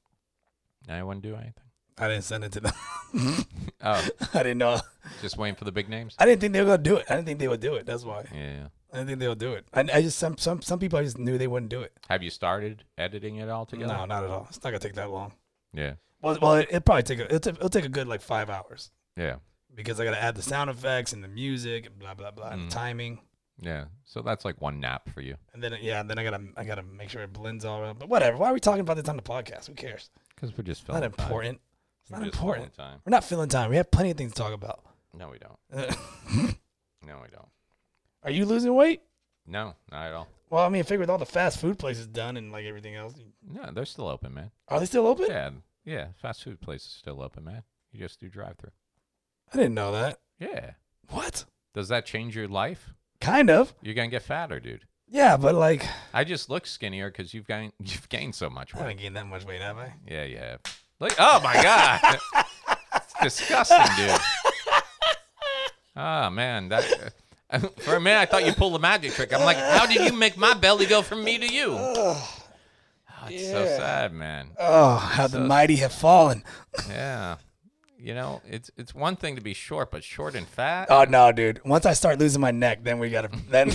Speaker 1: Anyone do anything?
Speaker 3: I didn't send it to them.
Speaker 1: Oh,
Speaker 3: I didn't know.
Speaker 1: just waiting for the big names.
Speaker 3: I didn't think they were gonna do it. I didn't think they would do it. That's why.
Speaker 1: Yeah.
Speaker 3: I didn't think they would do it. I, I just some some some people I just knew they wouldn't do it.
Speaker 1: Have you started editing it all together?
Speaker 3: No, not at all. It's not gonna take that long.
Speaker 1: Yeah.
Speaker 3: Well, well, it, it'll probably take a, it'll, ta- it'll take a good like five hours
Speaker 1: Yeah.
Speaker 3: because I gotta add the sound effects and the music and blah blah blah
Speaker 1: Mm.
Speaker 3: and the timing.
Speaker 1: Yeah. So that's like one nap for you.
Speaker 3: And then yeah, then I gotta I gotta make sure it blends all around. But whatever. Why are we talking about this on the podcast? Who cares?
Speaker 1: Because we're just
Speaker 3: Not
Speaker 1: filming. time.
Speaker 3: important. It's
Speaker 1: We're
Speaker 3: not
Speaker 1: just filling
Speaker 3: important.
Speaker 1: Time.
Speaker 3: We're not filling time. We have plenty of things to talk about.
Speaker 1: No, we don't. No, we don't.
Speaker 3: are you losing weight?
Speaker 1: No, not at all.
Speaker 3: Well, I mean, I figure with all the fast food places done and like everything else,
Speaker 1: No, they're still open, man.
Speaker 3: are they still open?
Speaker 1: Yeah. Yeah. Fast food places still open, man. You just do drive through.
Speaker 3: I didn't know that.
Speaker 1: Yeah.
Speaker 3: What?
Speaker 1: Does that change your life?
Speaker 3: Kind of.
Speaker 1: You're gonna get fatter, dude.
Speaker 3: Yeah, but like,
Speaker 1: I just look skinnier because you've gained you've gained so much
Speaker 3: I
Speaker 1: weight.
Speaker 3: haven't gained that much weight, have I?
Speaker 1: Yeah, yeah. Look, oh my god, it's disgusting, dude. Ah man, that. For a minute, I thought you pulled a magic trick. I'm like, how did you make my belly go from me to you? Oh, it's so sad, man.
Speaker 3: Oh, how the mighty have fallen.
Speaker 1: Yeah, you know, it's it's one thing to be short, but short and fat.
Speaker 3: Oh no, dude. Once I start losing my neck, then we gotta. Then I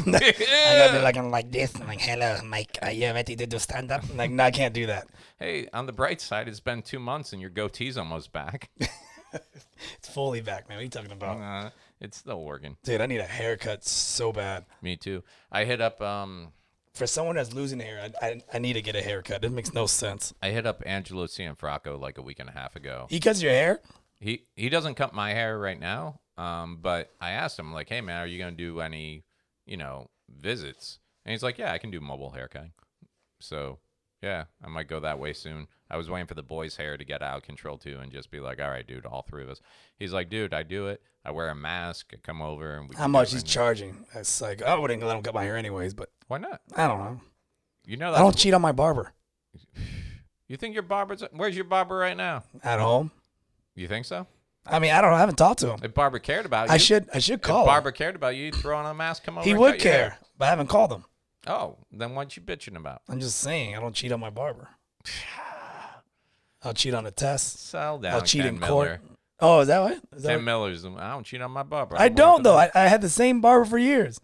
Speaker 3: gotta be like, I'm like this. I'm like, hello, Mike. Are you ready to do stand up? Like, no, I can't do that.
Speaker 1: Hey, on the bright side, it's been two months and your goatee's almost back.
Speaker 3: It's fully back, man. What are you talking about?
Speaker 1: Uh, It's still working.
Speaker 3: Dude, I need a haircut so bad.
Speaker 1: Me too. I hit up um
Speaker 3: For someone that's losing hair, I, I, I need to get a haircut. It makes no sense.
Speaker 1: I hit up Angelo Cianfrocco like a week and a half ago.
Speaker 3: He cuts your hair?
Speaker 1: He he doesn't cut my hair right now. Um, but I asked him like, "Hey man, are you gonna do any, you know, visits?" And he's like, "Yeah, I can do mobile haircutting." So yeah, I might go that way soon. I was waiting for the boy's hair to get out of control too, and just be like, "All right, dude, all three of us." He's like, "Dude, I do it. I wear a mask. I come over and we."
Speaker 3: How
Speaker 1: can
Speaker 3: much
Speaker 1: do
Speaker 3: he's
Speaker 1: it."
Speaker 3: charging? It's like, oh, I wouldn't let him cut my hair anyways, but
Speaker 1: Why not?
Speaker 3: I don't know.
Speaker 1: You know
Speaker 3: I don't
Speaker 1: that.
Speaker 3: cheat on my barber
Speaker 1: You think your barber's? Where's your barber right now?
Speaker 3: at home.
Speaker 1: You think so?
Speaker 3: I mean, I don't. I haven't talked to him.
Speaker 1: If barber cared about you,
Speaker 3: I should. I should call.
Speaker 1: If
Speaker 3: him.
Speaker 1: barber cared about you, he'd throw on a mask, come over.
Speaker 3: He
Speaker 1: and
Speaker 3: would
Speaker 1: cut your hair.
Speaker 3: care, but I haven't called him.
Speaker 1: Oh, then what you bitching about?
Speaker 3: I'm just saying, I don't cheat on my barber. I'll cheat on a test.
Speaker 1: Sell down.
Speaker 3: I'll cheat
Speaker 1: Ken
Speaker 3: in
Speaker 1: Miller.
Speaker 3: court. Oh, is that what? Is that
Speaker 1: Ken
Speaker 3: what?
Speaker 1: Miller's. the- I don't cheat on my barber.
Speaker 3: I
Speaker 1: I'm
Speaker 3: don't
Speaker 1: working
Speaker 3: though.
Speaker 1: on-
Speaker 3: I, I had the same barber for years.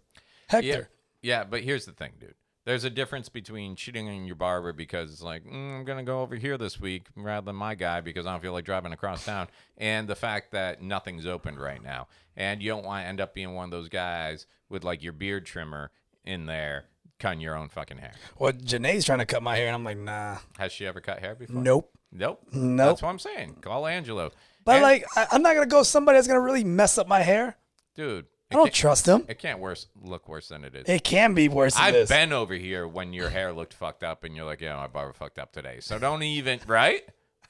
Speaker 3: Hector.
Speaker 1: Yeah, yeah, but here's the thing, dude. There's a difference between cheating on your barber because it's like mm, I'm gonna go over here this week rather than my guy because I don't feel like driving across town, and the fact that nothing's open right now, and you don't want to end up being one of those guys with like your beard trimmer in there cutting your own fucking hair.
Speaker 3: Well, Janae's trying to cut my hair, and I'm like, nah,
Speaker 1: Has she ever cut hair before?
Speaker 3: nope.
Speaker 1: Nope.
Speaker 3: Nope.
Speaker 1: That's what I'm saying. Call Angelo.
Speaker 3: But
Speaker 1: And-
Speaker 3: like, I, I'm not gonna go with somebody that's gonna really mess up my hair.
Speaker 1: dude, it
Speaker 3: I don't
Speaker 1: can't,
Speaker 3: trust him.
Speaker 1: it can't worse look worse than it is.
Speaker 3: It can be worse than
Speaker 1: I've
Speaker 3: this.
Speaker 1: been over here when your hair looked fucked up, and you're like, "Yeah, my barber fucked up today." So don't even, right?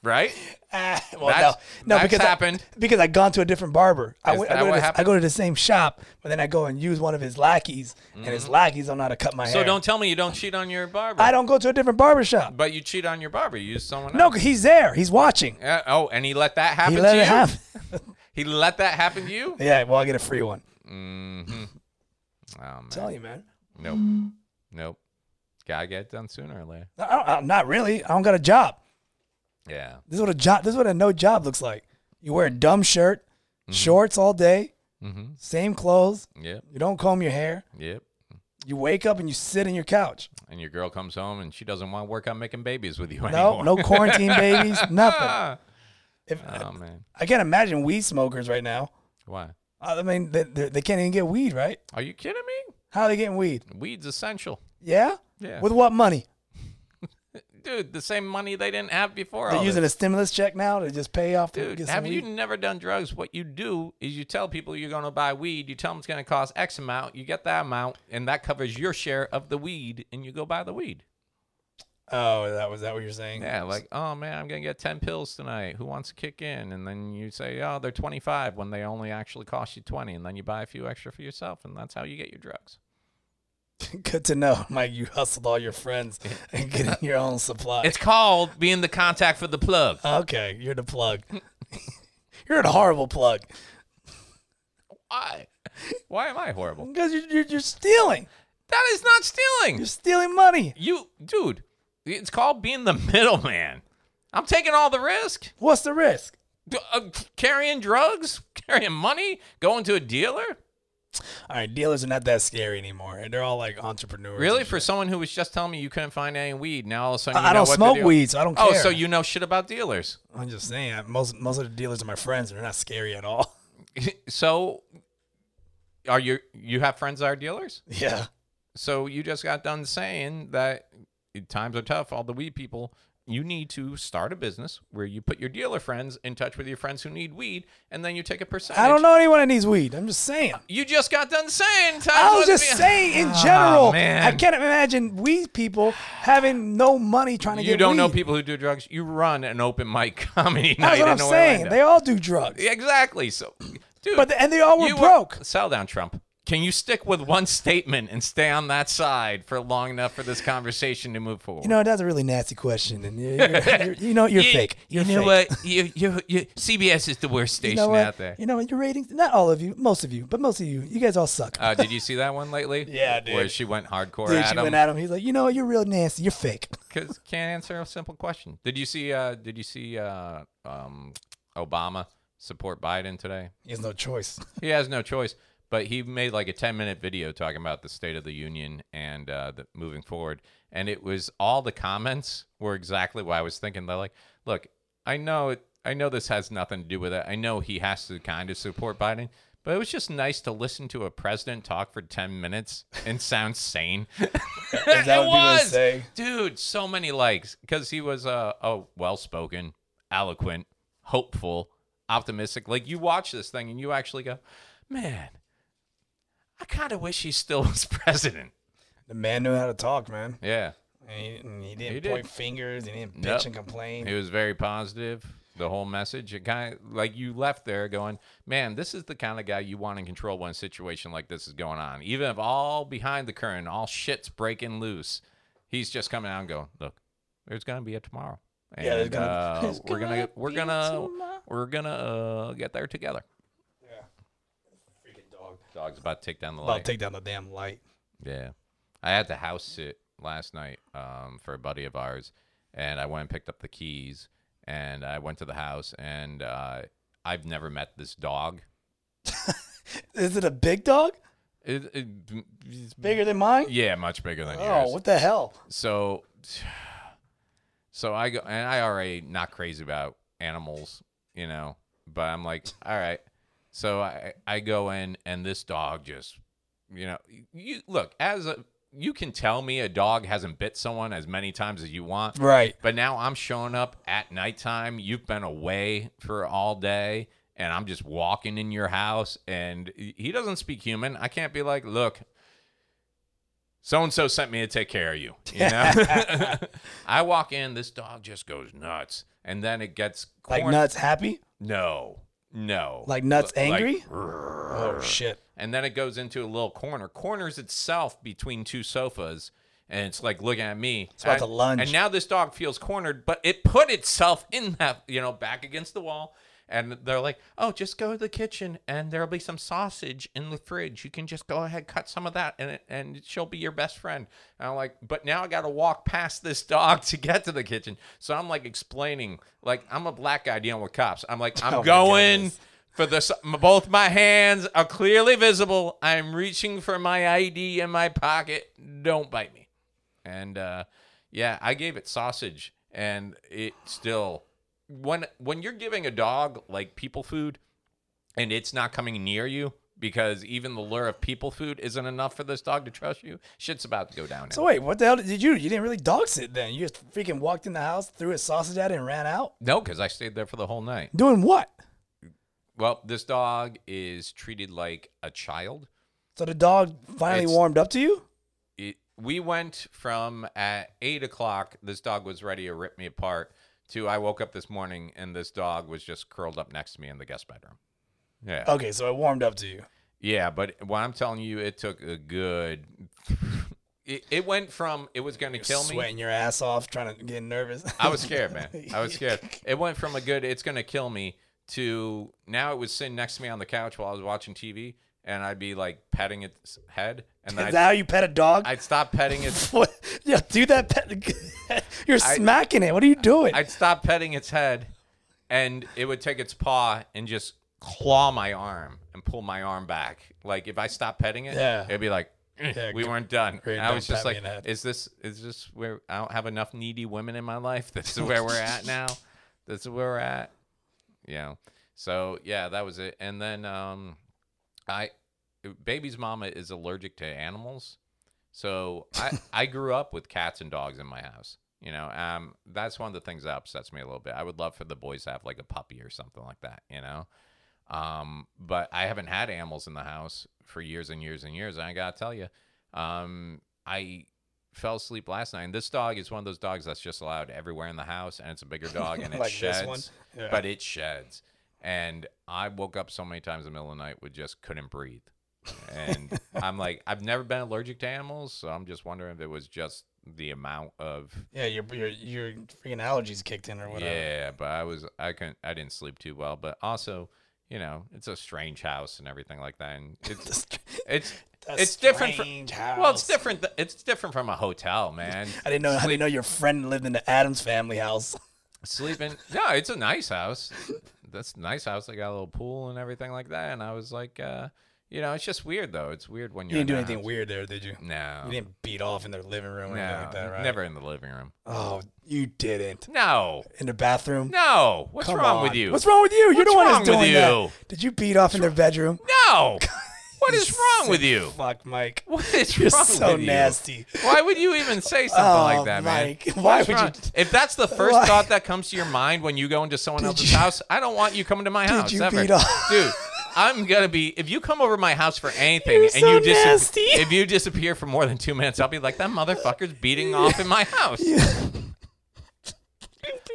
Speaker 1: Right?
Speaker 3: Ah, well,
Speaker 1: That's-
Speaker 3: no, no,
Speaker 1: that's
Speaker 3: because I-
Speaker 1: happened.
Speaker 3: because I've gone to a different barber. I,
Speaker 1: Is
Speaker 3: went- I
Speaker 1: that
Speaker 3: go to
Speaker 1: what
Speaker 3: this- I
Speaker 1: happened?
Speaker 3: go to the same shop, but then I go and use one of his lackeys, and his lackeys don't know how to cut my
Speaker 1: Mm-hmm. So
Speaker 3: hair.
Speaker 1: don't tell me you don't cheat on your barber.
Speaker 3: I don't go to a different barber shop.
Speaker 1: But you cheat on your barber. You use someone
Speaker 3: No,
Speaker 1: else.
Speaker 3: 'cause he's there. He's watching.
Speaker 1: Uh, oh, and he let that happen.
Speaker 3: He let
Speaker 1: to
Speaker 3: it
Speaker 1: you?
Speaker 3: happen.
Speaker 1: He let that happen to you.
Speaker 3: Yeah, well, I get a free one.
Speaker 1: Mm-hmm. Oh man.
Speaker 3: Tell you, man.
Speaker 1: Nope. Nope. Gotta get it done sooner or later.
Speaker 3: No, I don't, I- not really. I don't got a job.
Speaker 1: Yeah.
Speaker 3: This is what a job. This is what a no job looks like. You wear a dumb shirt, shorts all day,
Speaker 1: Mm-hmm.
Speaker 3: same clothes.
Speaker 1: Yep.
Speaker 3: You don't comb your hair.
Speaker 1: Yep.
Speaker 3: You wake up and you sit in your couch.
Speaker 1: And your girl comes home and she doesn't want to work on making babies with you
Speaker 3: No,
Speaker 1: anymore.
Speaker 3: no quarantine babies, nothing. If,
Speaker 1: Oh man.
Speaker 3: I can't imagine weed smokers right now.
Speaker 1: Why?
Speaker 3: I mean, they, they, they can't even get weed, right?
Speaker 1: Are you kidding me?
Speaker 3: How are they getting weed?
Speaker 1: Weed's essential.
Speaker 3: Yeah?
Speaker 1: Yeah.
Speaker 3: With what money?
Speaker 1: Dude, the same money they didn't have before.
Speaker 3: They're
Speaker 1: all
Speaker 3: using
Speaker 1: this.
Speaker 3: a stimulus check now to just pay off to
Speaker 1: Oh, Dude,
Speaker 3: get some
Speaker 1: have you
Speaker 3: weed?
Speaker 1: never done drugs? What you do is you tell people you're going to buy weed. You tell them it's going to cost X amount. You get that amount, and that covers your share of the weed, and you go buy the weed.
Speaker 3: oh, that was that what you're saying?
Speaker 1: Yeah, like, oh man, I'm going to get 10 pills tonight. Who wants to kick in? And then you say, oh, they're 25 when they only actually cost you 20. And then you buy a few extra for yourself, and that's how you get your drugs.
Speaker 3: Good to know, Mike. You hustled all your friends and getting your own supply.
Speaker 1: It's called being the contact for the plug.
Speaker 3: okay, you're the plug. you're a horrible plug
Speaker 1: Why? Why am I horrible?
Speaker 3: because you're, you're, you're stealing.
Speaker 1: That is not stealing.
Speaker 3: You're stealing money.
Speaker 1: You, dude, it's called being the middleman. I'm taking all the risk.
Speaker 3: What's the risk?
Speaker 1: D- Uh, carrying drugs, carrying money, going to a dealer.
Speaker 3: All right, dealers are not that scary anymore, and they're all like entrepreneurs.
Speaker 1: Really,
Speaker 3: and
Speaker 1: for
Speaker 3: shit.
Speaker 1: someone who was just telling me you couldn't find any weed, now all of a sudden
Speaker 3: I-
Speaker 1: you
Speaker 3: I
Speaker 1: know
Speaker 3: don't
Speaker 1: what the
Speaker 3: smoke
Speaker 1: deal-
Speaker 3: weed, so I don't
Speaker 1: Oh,
Speaker 3: care.
Speaker 1: so you know shit about dealers.
Speaker 3: I'm just saying, I- most most of the dealers are my friends, and they're not scary at all.
Speaker 1: so, are you you have friends that are dealers?
Speaker 3: yeah.
Speaker 1: So you just got done saying that times are tough. All the weed people, you need to start a business where you put your dealer friends in touch with your friends who need weed, and then you take a percentage.
Speaker 3: I don't know anyone that needs weed. I'm just saying.
Speaker 1: You just got done saying. Times
Speaker 3: I was
Speaker 1: must
Speaker 3: just
Speaker 1: be-
Speaker 3: saying in general.
Speaker 1: man.
Speaker 3: I can't imagine weed people having no money trying to
Speaker 1: You
Speaker 3: get
Speaker 1: don't know
Speaker 3: weed.
Speaker 1: people who do drugs. You run an open mic comedy
Speaker 3: That's
Speaker 1: night.
Speaker 3: what
Speaker 1: in
Speaker 3: I'm
Speaker 1: Orlando.
Speaker 3: saying. They all do drugs.
Speaker 1: Yeah, exactly. So, dude,
Speaker 3: But the- and they all were
Speaker 1: you
Speaker 3: broke.
Speaker 1: sell down, Trump. Can you stick with one statement and stay on that side for long enough for this conversation to move forward?
Speaker 3: You know, that's a really nasty question, and you're, you're, you're, you know you're fake. You're
Speaker 1: you know
Speaker 3: fake.
Speaker 1: what? You, you, you, CBS is the worst
Speaker 3: You
Speaker 1: station
Speaker 3: know what?
Speaker 1: out there.
Speaker 3: You know what? Your ratings. Not all of you. Most of you, but most of you. You guys all suck.
Speaker 1: Uh, did you see that one lately?
Speaker 3: Yeah, dude.
Speaker 1: Where she went hardcore
Speaker 3: Dude,
Speaker 1: at
Speaker 3: she
Speaker 1: him
Speaker 3: went at him. He's like, you know what? You're real nasty. You're fake.
Speaker 1: because can't answer a simple question. Did you see? Uh, did you see uh, um, Obama support Biden today?
Speaker 3: He has no choice.
Speaker 1: he has no choice. But he made like a 10 minute video talking about the State of the Union and uh, the, moving forward. And it was all the comments were exactly what I was thinking. They're like, look, I know it, I know this has nothing to do with it. I know he has to kind of support Biden, But it was just nice to listen to a president talk for 10 minutes and sound sane.
Speaker 3: Is that
Speaker 1: it
Speaker 3: what people
Speaker 1: was,
Speaker 3: say?
Speaker 1: dude. So many likes because he was uh, oh, well spoken, eloquent, hopeful, optimistic. Like you watch this thing and you actually go, man, I kind of wish he still was president.
Speaker 3: The man knew how to talk, man.
Speaker 1: Yeah,
Speaker 3: And he, and he didn't
Speaker 1: He did.
Speaker 3: point fingers. He didn't bitch
Speaker 1: Nope.
Speaker 3: and complain.
Speaker 1: he was very positive. The whole message, it kind of like you left there going, man, this is the kind of guy you want in control when a situation like this is going on. Even if all behind the curtain, all shit's breaking loose, he's just coming out and going, look, there's gonna be a tomorrow. And,
Speaker 3: Yeah, there's gonna-
Speaker 1: uh,
Speaker 3: there's
Speaker 1: we're gonna, we're gonna we're gonna uh, get there together.
Speaker 3: Freaking dog.
Speaker 1: Dog's about to take down the
Speaker 3: About to
Speaker 1: light.
Speaker 3: take down the damn light.
Speaker 1: yeah, I had to house sit last night um, for a buddy of ours, and I went and picked up the keys, and I went to the house, and uh, I've never met this dog.
Speaker 3: Is it a big dog?
Speaker 1: It, it- it's-
Speaker 3: Bigger than mine?
Speaker 1: Yeah, much bigger than
Speaker 3: Oh,
Speaker 1: yours.
Speaker 3: what the hell?
Speaker 1: so so i go and i already not crazy about animals you know but i'm like all right so i i go in and this dog just you know you look as a you can tell me a dog hasn't bit someone as many times as you want
Speaker 3: Right.
Speaker 1: but now i'm showing up at nighttime you've been away for all day and i'm just walking in your house and he he doesn't speak human i can't be like look so and so sent me to take care of you. You know, I walk in, this dog just goes nuts, and then it gets
Speaker 3: Like
Speaker 1: corn-
Speaker 3: nuts happy?
Speaker 1: No, no,
Speaker 3: Like nuts
Speaker 1: Like-
Speaker 3: angry? oh shit.
Speaker 1: and then it goes into a little corner, corners itself between two sofas, and it's like looking at me. It's
Speaker 3: about to lunge.
Speaker 1: And now this dog feels cornered, but it put itself in that, you know, back against the wall. And they're like, "Oh, just go to the kitchen, and there'll be some sausage in the fridge. You can just go ahead, cut some of that, and it, and she'll be your best friend." And I'm like, "But now I got to walk past this dog to get to the kitchen." So I'm like explaining, like I'm a black guy dealing with cops. I'm like, "I'm
Speaker 3: Oh my
Speaker 1: going."
Speaker 3: goodness.
Speaker 1: for this both my hands are clearly visible i'm reaching for my id in my pocket don't bite me and uh yeah i gave it sausage and it still when when you're giving a dog like people food and it's not coming near you because even the lure of people food isn't enough for this dog to trust you shit's about to go down now.
Speaker 3: So wait, what the hell did you? You didn't really dog sit then. You just freaking walked in the house, threw a sausage at it, and ran out.
Speaker 1: no because i stayed there for the whole night
Speaker 3: Doing what?
Speaker 1: well this dog is treated like a child
Speaker 3: So the dog finally
Speaker 1: It's-
Speaker 3: warmed up to you?
Speaker 1: it, we went from at eight o'clock, this dog was ready to rip me apart, to I woke up this morning and this dog was just curled up next to me in the guest bedroom. Yeah.
Speaker 3: Okay, so it warmed up to you.
Speaker 1: Yeah, but what I'm telling you, it took a good. It, it went from it was going to kill me.
Speaker 3: Sweating your ass off, trying to get nervous.
Speaker 1: I was scared, man. I was scared. It went from a good "it's gonna kill me" to now it was sitting next to me on the couch while I was watching TV, and I'd be like petting its head, and
Speaker 3: Is
Speaker 1: then
Speaker 3: that
Speaker 1: I'd,
Speaker 3: how you pet a dog?
Speaker 1: I'd stop petting its
Speaker 3: what? Yeah, do that. Pet. You're smacking it. What are you doing?
Speaker 1: I'd stop petting its head, and it would take its paw and just claw my arm and pull my arm back. Like if I stopped petting it,
Speaker 3: Yeah.
Speaker 1: it'd be like, "Eh,
Speaker 3: Yeah,
Speaker 1: we
Speaker 3: g-
Speaker 1: weren't done.
Speaker 3: great,
Speaker 1: And I
Speaker 3: don't
Speaker 1: was just
Speaker 3: pat me
Speaker 1: like,
Speaker 3: in the head.
Speaker 1: is this is this where I don't have enough needy women in my life? This is where we're at now. This is where we're at. Yeah. So yeah, that was it. And then um, I baby's mama is allergic to animals. So I, I grew up with cats and dogs in my house. You know, um, that's one of the things that upsets me a little bit. I would love for the boys to have like a puppy or something like that, you know? Um, but I haven't had animals in the house for years and years and years. And I got to tell you, um, I fell asleep last night. And this dog is one of those dogs that's just allowed everywhere in the house. And it's a bigger dog and it
Speaker 3: Like
Speaker 1: sheds,
Speaker 3: this one? Yeah.
Speaker 1: but it sheds. And I woke up so many times in the middle of the night with just couldn't breathe. And I'm like, I've never been allergic to animals. So I'm just wondering if it was just the amount of
Speaker 3: yeah, your your your freaking allergies kicked in or whatever.
Speaker 1: yeah, but I was I couldn't I didn't sleep too well, but also, you know, it's a strange house and everything like that. And it's it's
Speaker 3: A
Speaker 1: it's different from
Speaker 3: strange
Speaker 1: Well, it's
Speaker 3: house.
Speaker 1: different th- it's different from a hotel, man.
Speaker 3: I didn't know. I didn't know your friend lived in the Adams family house.
Speaker 1: Sleeping No, it's a nice house. That's a nice house. They got a little pool and everything like that. And I was like, uh, You know, it's just weird though. It's weird when
Speaker 3: You
Speaker 1: you're
Speaker 3: didn't do
Speaker 1: in the
Speaker 3: anything
Speaker 1: house.
Speaker 3: weird there, did you?
Speaker 1: No,
Speaker 3: You didn't beat off in their living room or anything
Speaker 1: no,
Speaker 3: like that, right?
Speaker 1: never in the living room.
Speaker 3: Oh, you didn't.
Speaker 1: No,
Speaker 3: In the bathroom?
Speaker 1: no. What's
Speaker 3: Come
Speaker 1: wrong
Speaker 3: on.
Speaker 1: with you?
Speaker 3: What's wrong with you? You're
Speaker 1: What's
Speaker 3: the one who's
Speaker 1: wrong with
Speaker 3: doing that.
Speaker 1: you?
Speaker 3: Did you beat off in their bedroom?
Speaker 1: No. what is wrong with you?
Speaker 3: Fuck, Mike.
Speaker 1: What is
Speaker 3: You're
Speaker 1: wrong
Speaker 3: so
Speaker 1: with you?
Speaker 3: nasty.
Speaker 1: Why would you even say something
Speaker 3: Oh,
Speaker 1: like that, man?
Speaker 3: Mike, why
Speaker 1: What's
Speaker 3: would you
Speaker 1: wrong-
Speaker 3: t-
Speaker 1: If that's the first
Speaker 3: Why-
Speaker 1: thought that comes to your mind when you go into someone
Speaker 3: Did
Speaker 1: else's
Speaker 3: you-
Speaker 1: house, I don't want you coming to my house
Speaker 3: you
Speaker 1: ever,
Speaker 3: beat off?
Speaker 1: dude. I'm gonna be if you come over my house for anything
Speaker 3: You're
Speaker 1: and
Speaker 3: so
Speaker 1: you disap-
Speaker 3: nasty.
Speaker 1: if you disappear for more than two minutes, I'll be like that motherfucker's beating off in my house.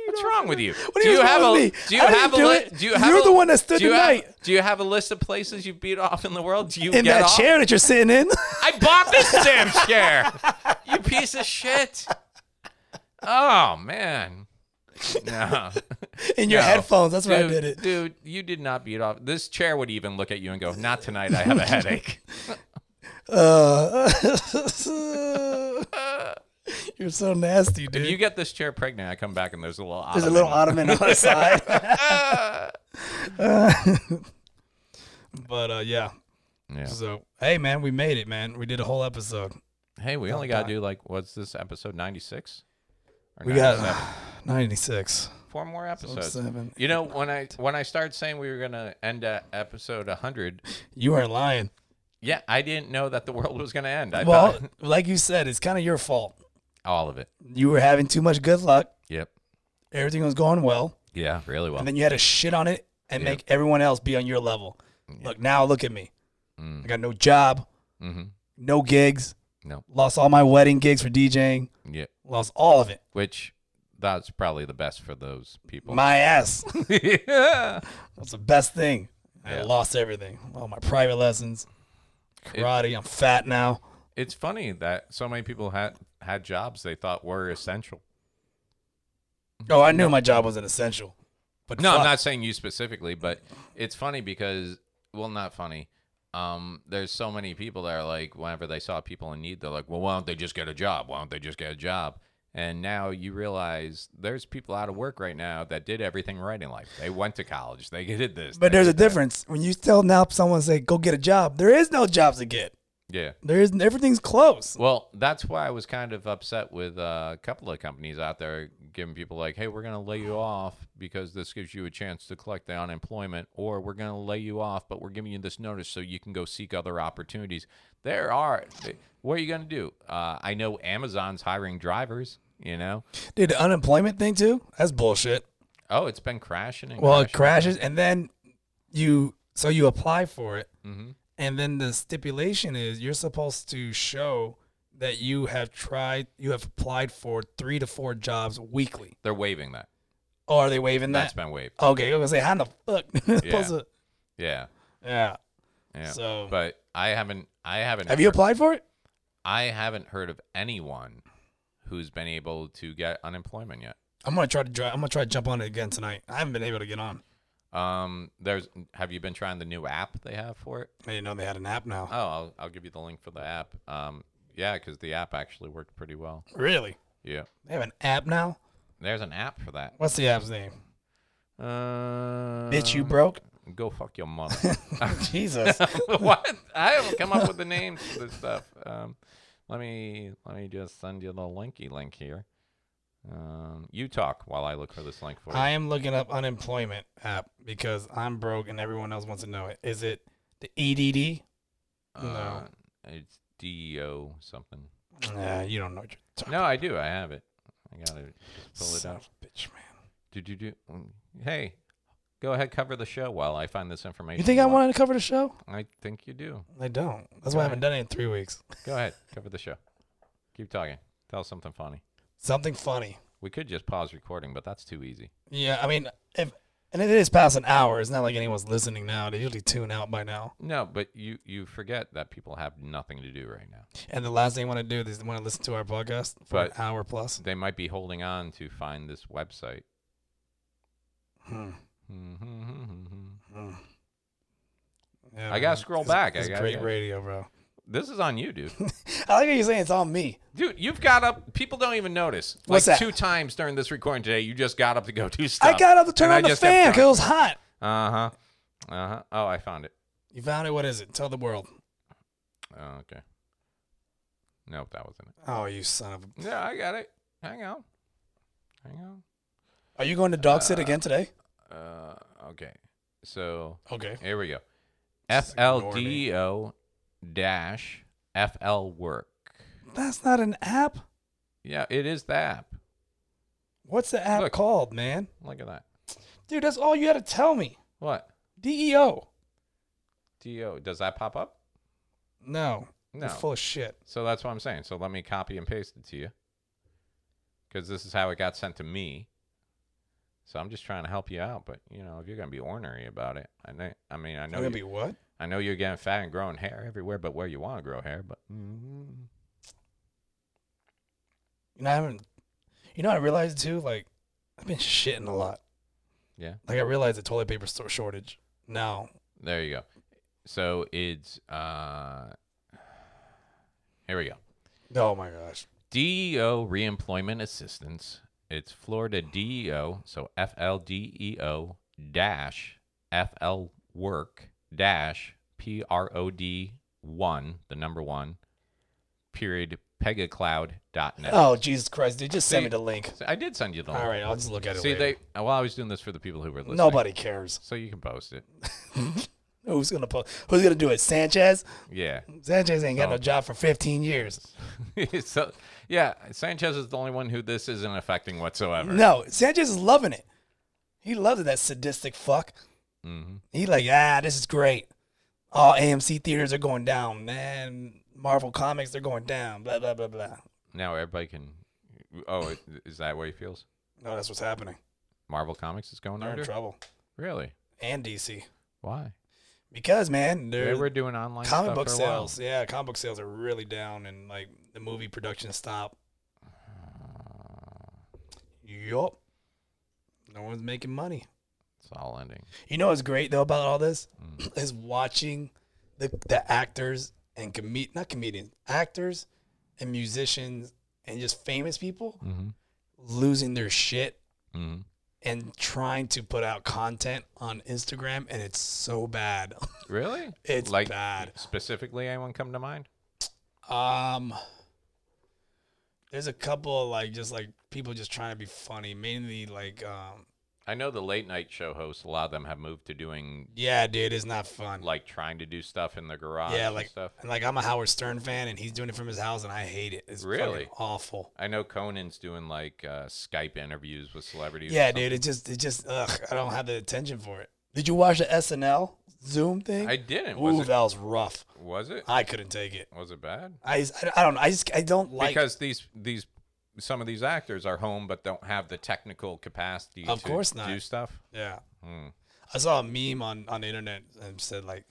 Speaker 1: What's wrong with you?
Speaker 3: What do you
Speaker 1: have
Speaker 3: want
Speaker 1: a
Speaker 3: with me?
Speaker 1: do you
Speaker 3: I didn't
Speaker 1: have a
Speaker 3: do
Speaker 1: li-
Speaker 3: it.
Speaker 1: do you have
Speaker 3: You're
Speaker 1: a-
Speaker 3: the one that stood
Speaker 1: do you
Speaker 3: the
Speaker 1: have-
Speaker 3: night.
Speaker 1: Do you have a list of places you beat off in the world? Do you
Speaker 3: In
Speaker 1: get
Speaker 3: that
Speaker 1: off?
Speaker 3: chair that you're sitting in?
Speaker 1: I bought this damn chair. You piece of shit. Oh man. No.
Speaker 3: in your
Speaker 1: No.
Speaker 3: headphones. That's why I
Speaker 1: Dude,
Speaker 3: did it.
Speaker 1: dude, you did not beat off. This chair would even look at you and go, "Not tonight. I have a headache."
Speaker 3: Uh, you're so nasty, dude.
Speaker 1: if you get this chair pregnant, I come back and there's a little.
Speaker 3: There's a little ottoman on the side. but uh, yeah.
Speaker 1: Yeah.
Speaker 3: So hey, man, we made it, man. We did a whole episode.
Speaker 1: Hey, we only gotta do like what's this episode ninety six?
Speaker 3: We got 96.
Speaker 1: four more episodes.
Speaker 3: seven,
Speaker 1: You know when I when I started saying we were gonna end at episode hundred,
Speaker 3: You weren't lying.
Speaker 1: yeah, I didn't know that the world was gonna end. I
Speaker 3: Well,
Speaker 1: thought
Speaker 3: like you said, it's kind of your fault.
Speaker 1: all of it.
Speaker 3: You were having too much good luck.
Speaker 1: Yep.
Speaker 3: Everything was going well,
Speaker 1: Yeah, really well.
Speaker 3: and then you had to shit on it and
Speaker 1: Yeah.
Speaker 3: make everyone else be on your level. Look now, look at me.
Speaker 1: Mm.
Speaker 3: I got no job,
Speaker 1: Mhm.
Speaker 3: no gigs.
Speaker 1: No.
Speaker 3: Lost all my wedding gigs for DJing.
Speaker 1: yeah,
Speaker 3: Lost all of it.
Speaker 1: which that's probably the best for those people.
Speaker 3: My ass.
Speaker 1: yeah.
Speaker 3: That's the best thing. I
Speaker 1: Yeah.
Speaker 3: lost everything. All my private lessons, karate. I'm fat now.
Speaker 1: It's funny that so many people had had jobs they thought were essential.
Speaker 3: Oh, I knew my job wasn't essential. But
Speaker 1: No, I'm
Speaker 3: fuck.
Speaker 1: not saying you specifically, but it's funny because well, not funny. Um, there's so many people that are like, whenever they saw people in need, they're like, well, why don't they just get a job? Why don't they just get a job? And now you realize there's people out of work right now that did everything right in life. They went to college. They did this.
Speaker 3: But
Speaker 1: they
Speaker 3: there's a
Speaker 1: did that.
Speaker 3: difference when you tell now someone say go get a job. There is no jobs to get.
Speaker 1: Yeah.
Speaker 3: There is everything's close.
Speaker 1: Well, that's why I was kind of upset with uh, a couple of companies out there giving people like, "Hey, we're going to lay you off because this gives you a chance to collect the unemployment, or we're going to lay you off, but we're giving you this notice so you can go seek other opportunities." There are. What are you going to do? Uh, I know Amazon's hiring drivers. You know,
Speaker 3: Dude, the unemployment thing too. That's bullshit.
Speaker 1: oh, it's been crashing and
Speaker 3: Well, it
Speaker 1: crashing.
Speaker 3: crashes, and then you so you apply for it, and then the stipulation is you're supposed to show that you have tried, you have applied for three to four jobs weekly.
Speaker 1: they're waiving that.
Speaker 3: Oh, are they waiving
Speaker 1: That's
Speaker 3: that?
Speaker 1: been waived.
Speaker 3: okay, I'm gonna say how in the fuck? supposed to-
Speaker 1: Yeah,
Speaker 3: yeah.
Speaker 1: yeah.
Speaker 3: So-
Speaker 1: but I haven't. I haven't.
Speaker 3: Have you
Speaker 1: heard-
Speaker 3: applied for it?
Speaker 1: I haven't heard of anyone who's been able to get unemployment yet.
Speaker 3: I'm gonna try to dri I'm gonna try to jump on it again tonight. I haven't been able to get on.
Speaker 1: Um, there's. Have you been trying the new app they have for it?
Speaker 3: I didn't know they had an app now.
Speaker 1: Oh, I'll, I'll give you the link for the app. Um, yeah, because the app actually worked pretty well.
Speaker 3: Really?
Speaker 1: Yeah,
Speaker 3: They have an app now?
Speaker 1: there's an app for that.
Speaker 3: What's the app's name?
Speaker 1: Uh,
Speaker 3: Bitch, you broke.
Speaker 1: Go fuck your mother.
Speaker 3: Jesus.
Speaker 1: what? I don't come up with the names for this stuff. Um, let me let me just send you the linky link here. Um, you talk while I look for this link for you.
Speaker 3: I am looking up unemployment app because I'm broke and everyone else wants to know it. Is it the E EDD?
Speaker 1: Uh, It's DEO something.
Speaker 3: Nah, you don't know what you're talking
Speaker 1: No, I do. I have it. I gotta just pull it
Speaker 3: Son
Speaker 1: up.
Speaker 3: of a bitch, man.
Speaker 1: Did you do? mm, Hey, go ahead, cover the show while I find this information.
Speaker 3: You think I
Speaker 1: out.
Speaker 3: wanted to cover the show?
Speaker 1: I think you do.
Speaker 3: I don't. That's why I haven't done it in three weeks.
Speaker 1: Go ahead, cover the show. Keep talking. Tell us something funny.
Speaker 3: Something funny.
Speaker 1: We could just pause recording, but that's too easy.
Speaker 3: Yeah, I mean, if and it is past an hour. It's not like anyone's listening now. They usually tune out by now.
Speaker 1: No, but you you forget that people have nothing to do right now.
Speaker 3: And the last thing they want to do is they want to listen to our podcast for an
Speaker 1: But-
Speaker 3: hour plus.
Speaker 1: They might be holding on to find this website.
Speaker 3: Hmm. Yeah,
Speaker 1: I
Speaker 3: man.
Speaker 1: gotta scroll
Speaker 3: It's-
Speaker 1: back.
Speaker 3: It's
Speaker 1: I gotta
Speaker 3: great
Speaker 1: get-
Speaker 3: radio, bro.
Speaker 1: This is on you, dude.
Speaker 3: I like how you're saying it's on me.
Speaker 1: Dude, you've got up. People don't even notice.
Speaker 3: What's
Speaker 1: like
Speaker 3: that?
Speaker 1: two times during this recording today, you just got up to go do stuff.
Speaker 3: I got up to turn
Speaker 1: and I
Speaker 3: on the
Speaker 1: just kept
Speaker 3: fan because
Speaker 1: going.
Speaker 3: it was hot.
Speaker 1: Uh huh. Uh huh. Uh-huh. Oh, I found it.
Speaker 3: You found it. What is it? Tell the world.
Speaker 1: Oh, okay. Nope, that wasn't it.
Speaker 3: Oh, you son of a.
Speaker 1: Yeah, I got it. Hang on. Hang on.
Speaker 3: Are you going to dog sit again today?
Speaker 1: Uh, okay. So
Speaker 3: Okay.
Speaker 1: here we go.
Speaker 3: Just ignore me.
Speaker 1: FLDO dash FL work.
Speaker 3: That's not an app.
Speaker 1: Yeah, it is the app.
Speaker 3: What's the app
Speaker 1: Look.
Speaker 3: called, man?
Speaker 1: Look at that.
Speaker 3: Dude, that's all you had to tell me. E
Speaker 1: What?
Speaker 3: DEO.
Speaker 1: DO. Does that pop up?
Speaker 3: No.
Speaker 1: No.
Speaker 3: It's full of shit.
Speaker 1: So that's what I'm saying. So let me copy and paste it to you. Because this is how it got sent to me. So I'm just trying to help you out, but you know, if you're gonna be ornery about it, I know. I mean, I
Speaker 3: No,
Speaker 1: know.
Speaker 3: gonna
Speaker 1: You,
Speaker 3: be what?
Speaker 1: I know you're getting fat and growing hair everywhere, but where you want to grow hair, but
Speaker 3: Mm-hmm.
Speaker 1: mm,
Speaker 3: You know, I haven't. You know, I realized too. Like, I've been shitting a lot.
Speaker 1: yeah,
Speaker 3: Like, I realized the toilet paper store shortage. Now,
Speaker 1: there you go. So it's uh, here we go.
Speaker 3: oh my gosh,
Speaker 1: DEO E reemployment assistance. It's Florida DEO, so FLDEO E dash FL work dash PROD one, the number one, period, pegacloud.net.
Speaker 3: Oh Jesus Christ! Dude, just send
Speaker 1: See-
Speaker 3: me the link.
Speaker 1: So I did send you the link.
Speaker 3: All right, I'll just look at it.
Speaker 1: See,
Speaker 3: later.
Speaker 1: they, oh, well, I was doing this for the people who were listening.
Speaker 3: nobody cares.
Speaker 1: So you can post it.
Speaker 3: Who's gonna po- Who's gonna do it? Sanchez?
Speaker 1: Yeah.
Speaker 3: Sanchez ain't got no
Speaker 1: Oh.
Speaker 3: job for 15 years.
Speaker 1: so, yeah, Sanchez is the only one who this isn't affecting whatsoever.
Speaker 3: No, Sanchez is loving it. He loves it. That sadistic fuck.
Speaker 1: Mhm.
Speaker 3: He like ah, this is great. All AMC theaters are going down, man. Marvel comics they're going down. Blah blah blah blah.
Speaker 1: Now everybody can. Oh, it- is that what he feels?
Speaker 3: No, that's what's happening.
Speaker 1: Marvel Comics is going
Speaker 3: They're in
Speaker 1: under?
Speaker 3: trouble.
Speaker 1: Really?
Speaker 3: And DC
Speaker 1: Why?
Speaker 3: because man,
Speaker 1: They
Speaker 3: they're
Speaker 1: were doing online
Speaker 3: comic
Speaker 1: stuff
Speaker 3: book
Speaker 1: for a while.
Speaker 3: sales. Yeah, comic book sales are really down, and like the movie production stop. Yup. No one's making money.
Speaker 1: It's all ending.
Speaker 3: You know what's great though about all this
Speaker 1: Mm.
Speaker 3: is watching the the actors and com- not comedians, actors and musicians and just famous people
Speaker 1: Mm-hmm.
Speaker 3: losing their shit
Speaker 1: Mm-hmm.
Speaker 3: and trying to put out content on Instagram, and it's so bad.
Speaker 1: Really?
Speaker 3: It's
Speaker 1: like
Speaker 3: bad.
Speaker 1: specifically. Anyone come to mind?
Speaker 3: Um, there's a couple of like just like people just trying to be funny, mainly like um,
Speaker 1: I know the late night show hosts. A lot of them have moved to doing
Speaker 3: yeah, dude, it's not fun.
Speaker 1: like trying to do stuff in the garage.
Speaker 3: yeah,
Speaker 1: and
Speaker 3: like
Speaker 1: stuff.
Speaker 3: and like I'm a Howard Stern fan, and he's doing it from his house, and I hate it. It's fucking
Speaker 1: Really?
Speaker 3: awful.
Speaker 1: I know Conan's doing like uh, Skype interviews with celebrities. or
Speaker 3: Yeah,
Speaker 1: something.
Speaker 3: dude, it just it just ugh, I don't have the attention for it. Did you watch the SNL Zoom thing?
Speaker 1: I didn't. Was
Speaker 3: Ooh,
Speaker 1: it?
Speaker 3: that was rough.
Speaker 1: Was it?
Speaker 3: I couldn't take it.
Speaker 1: Was it bad?
Speaker 3: I, just- I, I don't know. I just I don't like.
Speaker 1: because these these some of these actors are home but don't have the technical capacity
Speaker 3: Of
Speaker 1: to
Speaker 3: course
Speaker 1: do
Speaker 3: not.
Speaker 1: stuff.
Speaker 3: yeah.
Speaker 1: Hmm.
Speaker 3: I saw a meme on, on the internet and said like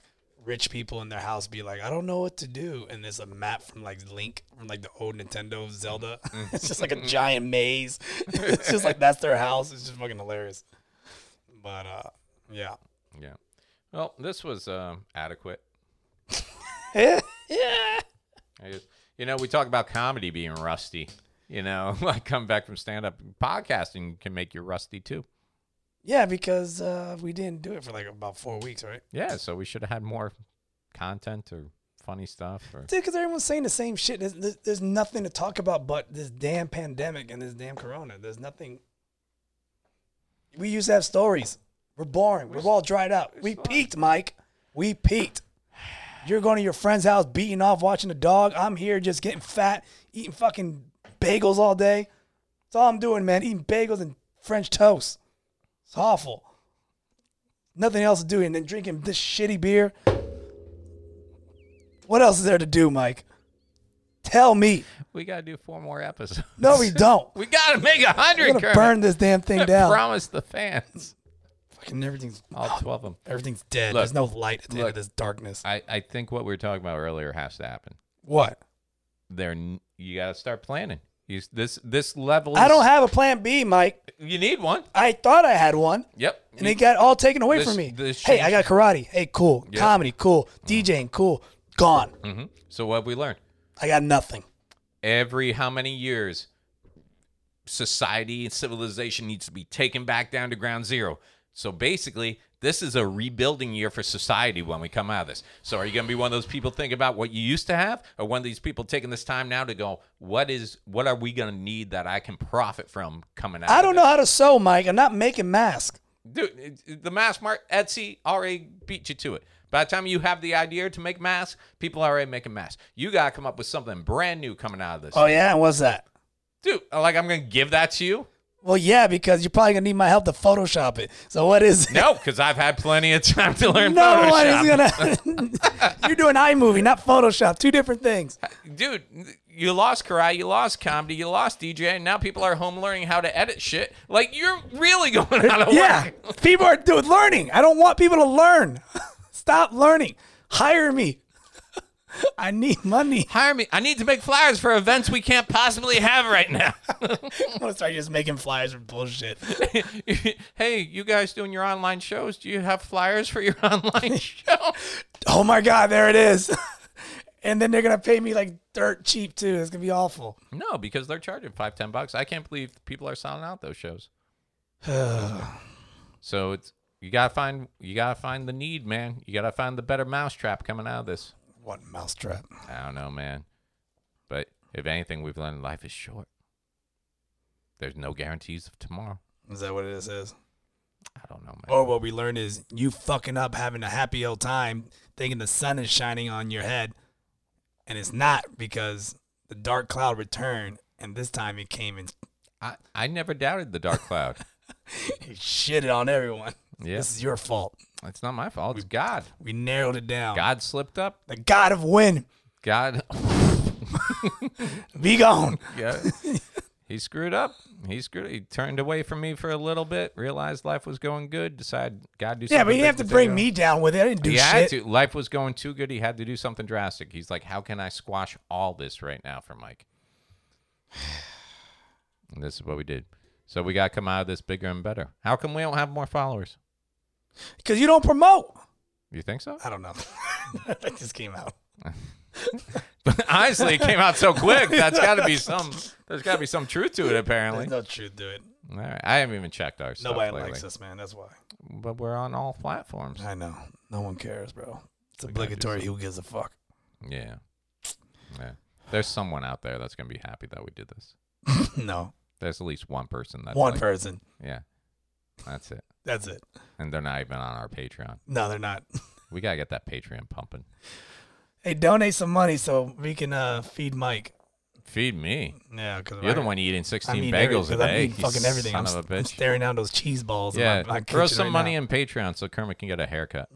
Speaker 3: rich people in their house be like, I don't know what to do. And there's a map from like Link from like the old Nintendo Zelda. it's just like a giant maze. it's just like that's their house. It's just fucking hilarious. But uh yeah.
Speaker 1: Yeah. Well, this was um, adequate.
Speaker 3: Yeah.
Speaker 1: I just, you know, we talk about comedy being rusty. You know, like come back from stand up podcasting can make you rusty too.
Speaker 3: Yeah, because uh we didn't do it for like about four weeks, right?
Speaker 1: Yeah, so we should have had more content or funny stuff or
Speaker 3: Dude, because everyone's saying the same shit. There's, there's, there's nothing to talk about but this damn pandemic and this damn corona. There's nothing. We used to have stories. We're boring. We're, all dried out. We peaked, Mike. We peaked. You're going to your friend's house, beating off, watching the dog. I'm here just getting fat, eating fucking bagels all day. That's all I'm doing, man. Eating bagels and French toast. It's awful. Nothing else to do, and then drinking this shitty beer. What else is there to do, Mike? Tell me.
Speaker 1: we gotta do four more episodes.
Speaker 3: No, we don't.
Speaker 1: we gotta make a
Speaker 3: We're
Speaker 1: hundred
Speaker 3: gonna burn this damn
Speaker 1: I
Speaker 3: thing down.
Speaker 1: promise the fans.
Speaker 3: Fucking everything's
Speaker 1: All twelve of them.
Speaker 3: everything's dead.
Speaker 1: Look.
Speaker 3: There's no light at the end
Speaker 1: Look.
Speaker 3: of this darkness.
Speaker 1: I, I think what we were talking about earlier has to happen.
Speaker 3: What?
Speaker 1: There n- you gotta start planning. You, s- this this level
Speaker 3: I
Speaker 1: is-
Speaker 3: don't have a plan B, Mike.
Speaker 1: you need one.
Speaker 3: I thought I had one,
Speaker 1: Yep.
Speaker 3: and it got all taken away
Speaker 1: This-
Speaker 3: from me.
Speaker 1: this
Speaker 3: Hey, I got karate. Hey, cool.
Speaker 1: Yeah. Mm.
Speaker 3: Comedy, cool. DJing, cool. Gone.
Speaker 1: Mhm. So what have we learned?
Speaker 3: I got nothing.
Speaker 1: every how many years society and civilization needs to be taken back down to ground zero. So basically, This is a rebuilding year for society when we come out of this. So are you going to be one of those people thinking about what you used to have, or one of these people taking this time now to go, what is, what are we going to need that I can profit from coming out?
Speaker 5: I
Speaker 1: of
Speaker 5: don't
Speaker 1: this?
Speaker 5: know how to sew, Mike. I'm not making masks.
Speaker 1: dude, it- it- the mass market, Etsy already beat you to it. By the time you have the idea to make masks, people are already making masks. You gotta come up with something brand new coming out of this,
Speaker 5: Oh yeah, what's that?
Speaker 1: dude. Like I'm gonna give that to you?
Speaker 5: Well, yeah, because you're probably gonna need my help to Photoshop it. So what is it?
Speaker 1: No, because I've had plenty of time to learn
Speaker 5: No one
Speaker 1: Photoshop.
Speaker 5: is gonna. you're doing iMovie, not Photoshop. Two different things.
Speaker 1: Dude, you lost karate, you lost comedy, you lost DJ, and now people are home learning how to edit shit. Like you're really going out of
Speaker 5: Yeah,
Speaker 1: work.
Speaker 5: people are doing learning. I don't want people to learn. Stop learning. Hire me. I need money.
Speaker 1: Hire me. I need to make flyers for events we can't possibly have right now.
Speaker 5: I'm gonna start just making flyers for bullshit.
Speaker 1: hey, you guys doing your online shows? Do you have flyers for your online show?
Speaker 5: Oh my god, there it is. and then they're gonna pay me like dirt cheap too. It's gonna be awful.
Speaker 1: no, because they're charging five, ten bucks. I can't believe people are selling out those shows. so it's you gotta find you gotta find the need, man. You gotta find the better mousetrap coming out of this.
Speaker 5: What mousetrap?
Speaker 1: I don't know, man. But if anything we've learned life is short. There's no guarantees of tomorrow.
Speaker 3: Is that what this is?
Speaker 1: I don't know,
Speaker 5: Oh.
Speaker 1: man.
Speaker 3: Or what we learned is you fucking up having a happy old time thinking the sun is shining on your head. And it's not because the dark cloud returned. And this time it came and
Speaker 1: I, I never doubted the dark cloud.
Speaker 3: it shitted on everyone.
Speaker 1: Yeah.
Speaker 3: This is your fault.
Speaker 1: it's not my fault. It's God.
Speaker 3: We narrowed it down.
Speaker 1: God slipped up.
Speaker 5: The god of wind.
Speaker 1: God,
Speaker 5: Be gone.
Speaker 1: yeah, he screwed up. He screwed. He turned away from me for a little bit. Realized life was going good. Decided God do. Something
Speaker 5: Yeah, but
Speaker 1: big
Speaker 5: you didn't have to
Speaker 1: take
Speaker 5: bring
Speaker 1: over.
Speaker 5: me down with it. I didn't do
Speaker 1: He had
Speaker 5: shit.
Speaker 1: to. Life was going too good. He had to do something drastic. He's like, "How can I squash all this right now for Mike?" And this is what we did. So we got to come out of this bigger and better. How come we don't have more followers?
Speaker 5: Because you don't promote.
Speaker 1: You think so?
Speaker 5: Uh,
Speaker 3: I don't know. that just came out.
Speaker 1: Honestly, it came out so quick. That's got to be some. There's got to be some truth to it. Apparently,
Speaker 3: There's no truth to it.
Speaker 1: All right. I haven't even checked our stuff
Speaker 3: Nobody
Speaker 1: lately.
Speaker 3: likes us, man. That's why.
Speaker 1: but we're on all platforms.
Speaker 3: I know. No one cares, bro. It's
Speaker 1: gotta do
Speaker 3: obligatory. Who gives a fuck?
Speaker 1: Yeah. Yeah. There's someone out there that's gonna be happy that we did this.
Speaker 3: no.
Speaker 1: There's at least one person that's
Speaker 3: One
Speaker 1: like-
Speaker 3: person.
Speaker 1: Yeah. That's it.
Speaker 3: That's it.
Speaker 1: And they're not even on our Patreon.
Speaker 3: No, they're not.
Speaker 1: We gotta get that Patreon pumping.
Speaker 5: Hey, donate some money so we can uh, feed Mike.
Speaker 1: Feed me.
Speaker 3: Yeah, because
Speaker 1: You're the one eating 16
Speaker 3: I mean, every-
Speaker 1: bagels
Speaker 3: 'cause
Speaker 1: a
Speaker 3: I'm
Speaker 1: day.
Speaker 3: eating
Speaker 1: you
Speaker 3: fucking everything.
Speaker 1: Son
Speaker 3: I'm,
Speaker 1: of a
Speaker 3: s- I'm
Speaker 1: bitch.
Speaker 3: staring down those cheese balls.
Speaker 1: yeah.
Speaker 3: in my, my
Speaker 1: Throw
Speaker 3: kitchen
Speaker 1: some
Speaker 3: right
Speaker 1: money
Speaker 3: now.
Speaker 1: in Patreon so Kermit can get a haircut.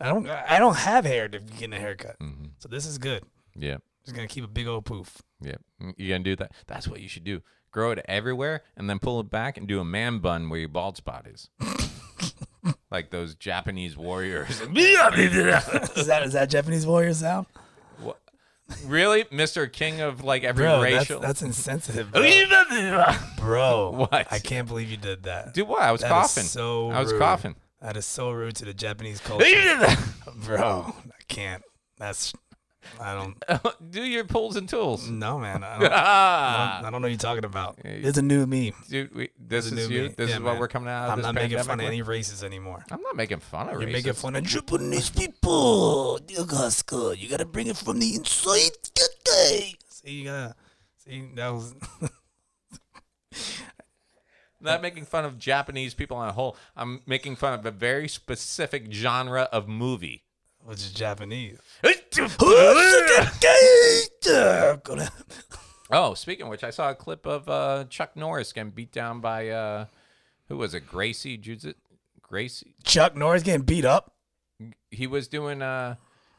Speaker 3: I don't. I don't have hair to get a haircut,
Speaker 1: Mhm.
Speaker 3: so this is good.
Speaker 1: Yeah.
Speaker 3: Just gonna keep a big old poof.
Speaker 1: Yeah. Mm, You gonna do that? That's what you should do. Grow it everywhere and then pull it back and do a man bun where your bald spot is. like those Japanese warriors.
Speaker 5: Is that is that Japanese warrior sound?
Speaker 1: What? Really, Mr. King of like every
Speaker 3: Bro, that's,
Speaker 1: racial?
Speaker 3: that's insensitive, bro. Bro,
Speaker 1: What?
Speaker 3: I can't believe you did that.
Speaker 1: Dude, what? I was
Speaker 3: That is
Speaker 1: coughing.
Speaker 3: so
Speaker 1: I was
Speaker 3: rude.
Speaker 1: coughing.
Speaker 3: That is so rude to the Japanese culture, bro. I can't. That's. I don't.
Speaker 1: do your pulls and tools.
Speaker 3: No, man. I don't, I
Speaker 1: Ah,
Speaker 3: don't, I don't know what you're talking about.
Speaker 5: It's a new me.
Speaker 1: dude, we, this
Speaker 3: new
Speaker 1: is you.
Speaker 3: me.
Speaker 1: This
Speaker 3: Yeah,
Speaker 1: is what
Speaker 3: man.
Speaker 1: we're coming out of
Speaker 3: I'm
Speaker 1: this
Speaker 3: not making
Speaker 1: pandemic
Speaker 3: fun of
Speaker 1: with.
Speaker 3: any races anymore.
Speaker 1: I'm not making fun of
Speaker 3: You're
Speaker 1: racists.
Speaker 3: making fun of
Speaker 5: Japanese people, you gotta bring it from the inside.
Speaker 3: See, you gotta. See, that was.
Speaker 1: not making fun of Japanese people on a whole. I'm making fun of a very specific genre of movie.
Speaker 3: Which is Japanese.
Speaker 1: Oh, speaking of which, I saw a clip of uh, Chuck Norris getting beat down by uh, who was it? Gracie Jujitsu. Gracie.
Speaker 5: Chuck Norris getting beat up.
Speaker 1: He was doing uh,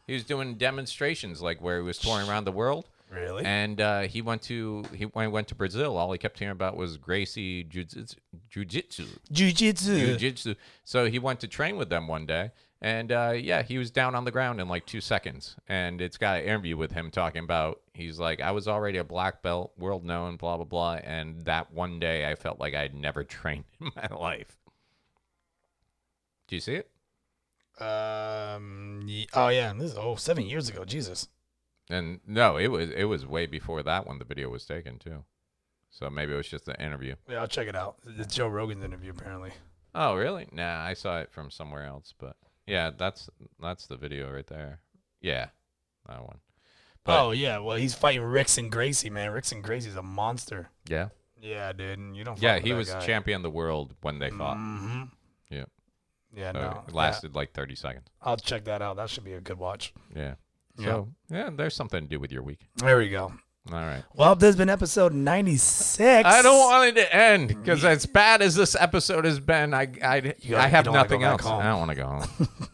Speaker 1: he was doing demonstrations like where he was touring around the world.
Speaker 3: Really?
Speaker 1: And uh, he went to he when he went to Brazil. All he kept hearing about was Gracie Jujitsu. Jujitsu.
Speaker 5: Jujitsu.
Speaker 1: Jujitsu. So he went to train with them one day. And uh, yeah, he was down on the ground in like two seconds. And it's got an interview with him talking about, he's like, I was already a black belt, world known, blah, blah, blah. And that one day I felt like I'd never trained in my life. Do you see it?
Speaker 3: Um. ye- Oh yeah, this is oh seven years ago. Jesus.
Speaker 1: And no, it was it was way before that when the video was taken too. So maybe it was just the interview.
Speaker 3: Yeah, I'll check it out. It's Joe Rogan's interview apparently.
Speaker 1: Oh, really? Nah, I saw it from somewhere else, but yeah, that's that's the video right there. Yeah, that one. But-
Speaker 3: oh yeah, well he's fighting Ricks and Gracie, man. Ricks and Gracie's a monster.
Speaker 1: Yeah,
Speaker 3: Yeah, dude. and You don't. fuck
Speaker 1: yeah,
Speaker 3: with
Speaker 1: he
Speaker 3: that
Speaker 1: was
Speaker 3: guy.
Speaker 1: champion of the world when they fought.
Speaker 3: Mhm.
Speaker 1: Yeah,
Speaker 3: Yeah,
Speaker 1: so
Speaker 3: no.
Speaker 1: uh, it
Speaker 3: Last.
Speaker 1: lasted like thirty seconds.
Speaker 3: I'll check that out. That should be a good watch.
Speaker 1: Yeah.
Speaker 3: Yeah.
Speaker 1: So yeah, there's something to do with your week.
Speaker 3: There we go.
Speaker 1: All right.
Speaker 5: Well, this has been episode 96.
Speaker 1: I don't want it to end because as bad as this episode has been, I I,
Speaker 3: gotta-
Speaker 1: I have
Speaker 3: you don't wanna
Speaker 1: nothing
Speaker 3: go back
Speaker 1: else.
Speaker 3: home.
Speaker 1: I don't want to go home.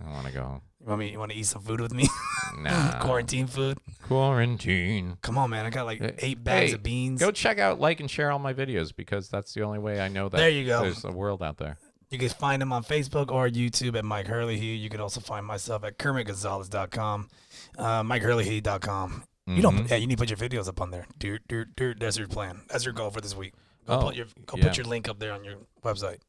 Speaker 1: I don't want to go home.
Speaker 3: You want me? You want to eat some food with me?
Speaker 1: Nah.
Speaker 3: Quarantine food.
Speaker 1: Quarantine.
Speaker 3: Come on, man. I got like eight bags of beans.
Speaker 1: Go check out, like, and share all my videos because that's the only way I know that
Speaker 3: There you go.
Speaker 1: There's a world out there.
Speaker 3: You can find him on Facebook or YouTube at Mike Hurley Hugh. You can also find myself at KermitGonzalez.com, uh, MikeHurleyHugh.com. You don't.
Speaker 1: Mm-hmm.
Speaker 3: Yeah, you need to put your videos up on there. Dude, dude, dude. That's your plan. That's your goal for this week. Go
Speaker 1: Oh,
Speaker 3: put your go
Speaker 1: yeah.
Speaker 3: put your link up there on your website.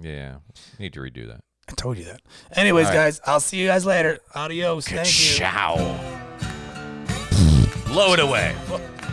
Speaker 1: Yeah, need to redo that.
Speaker 3: I told you that. Anyways,
Speaker 1: All right.
Speaker 3: guys, I'll see you guys later. Adios. Thank you.
Speaker 1: Ciao.
Speaker 4: Blow it away.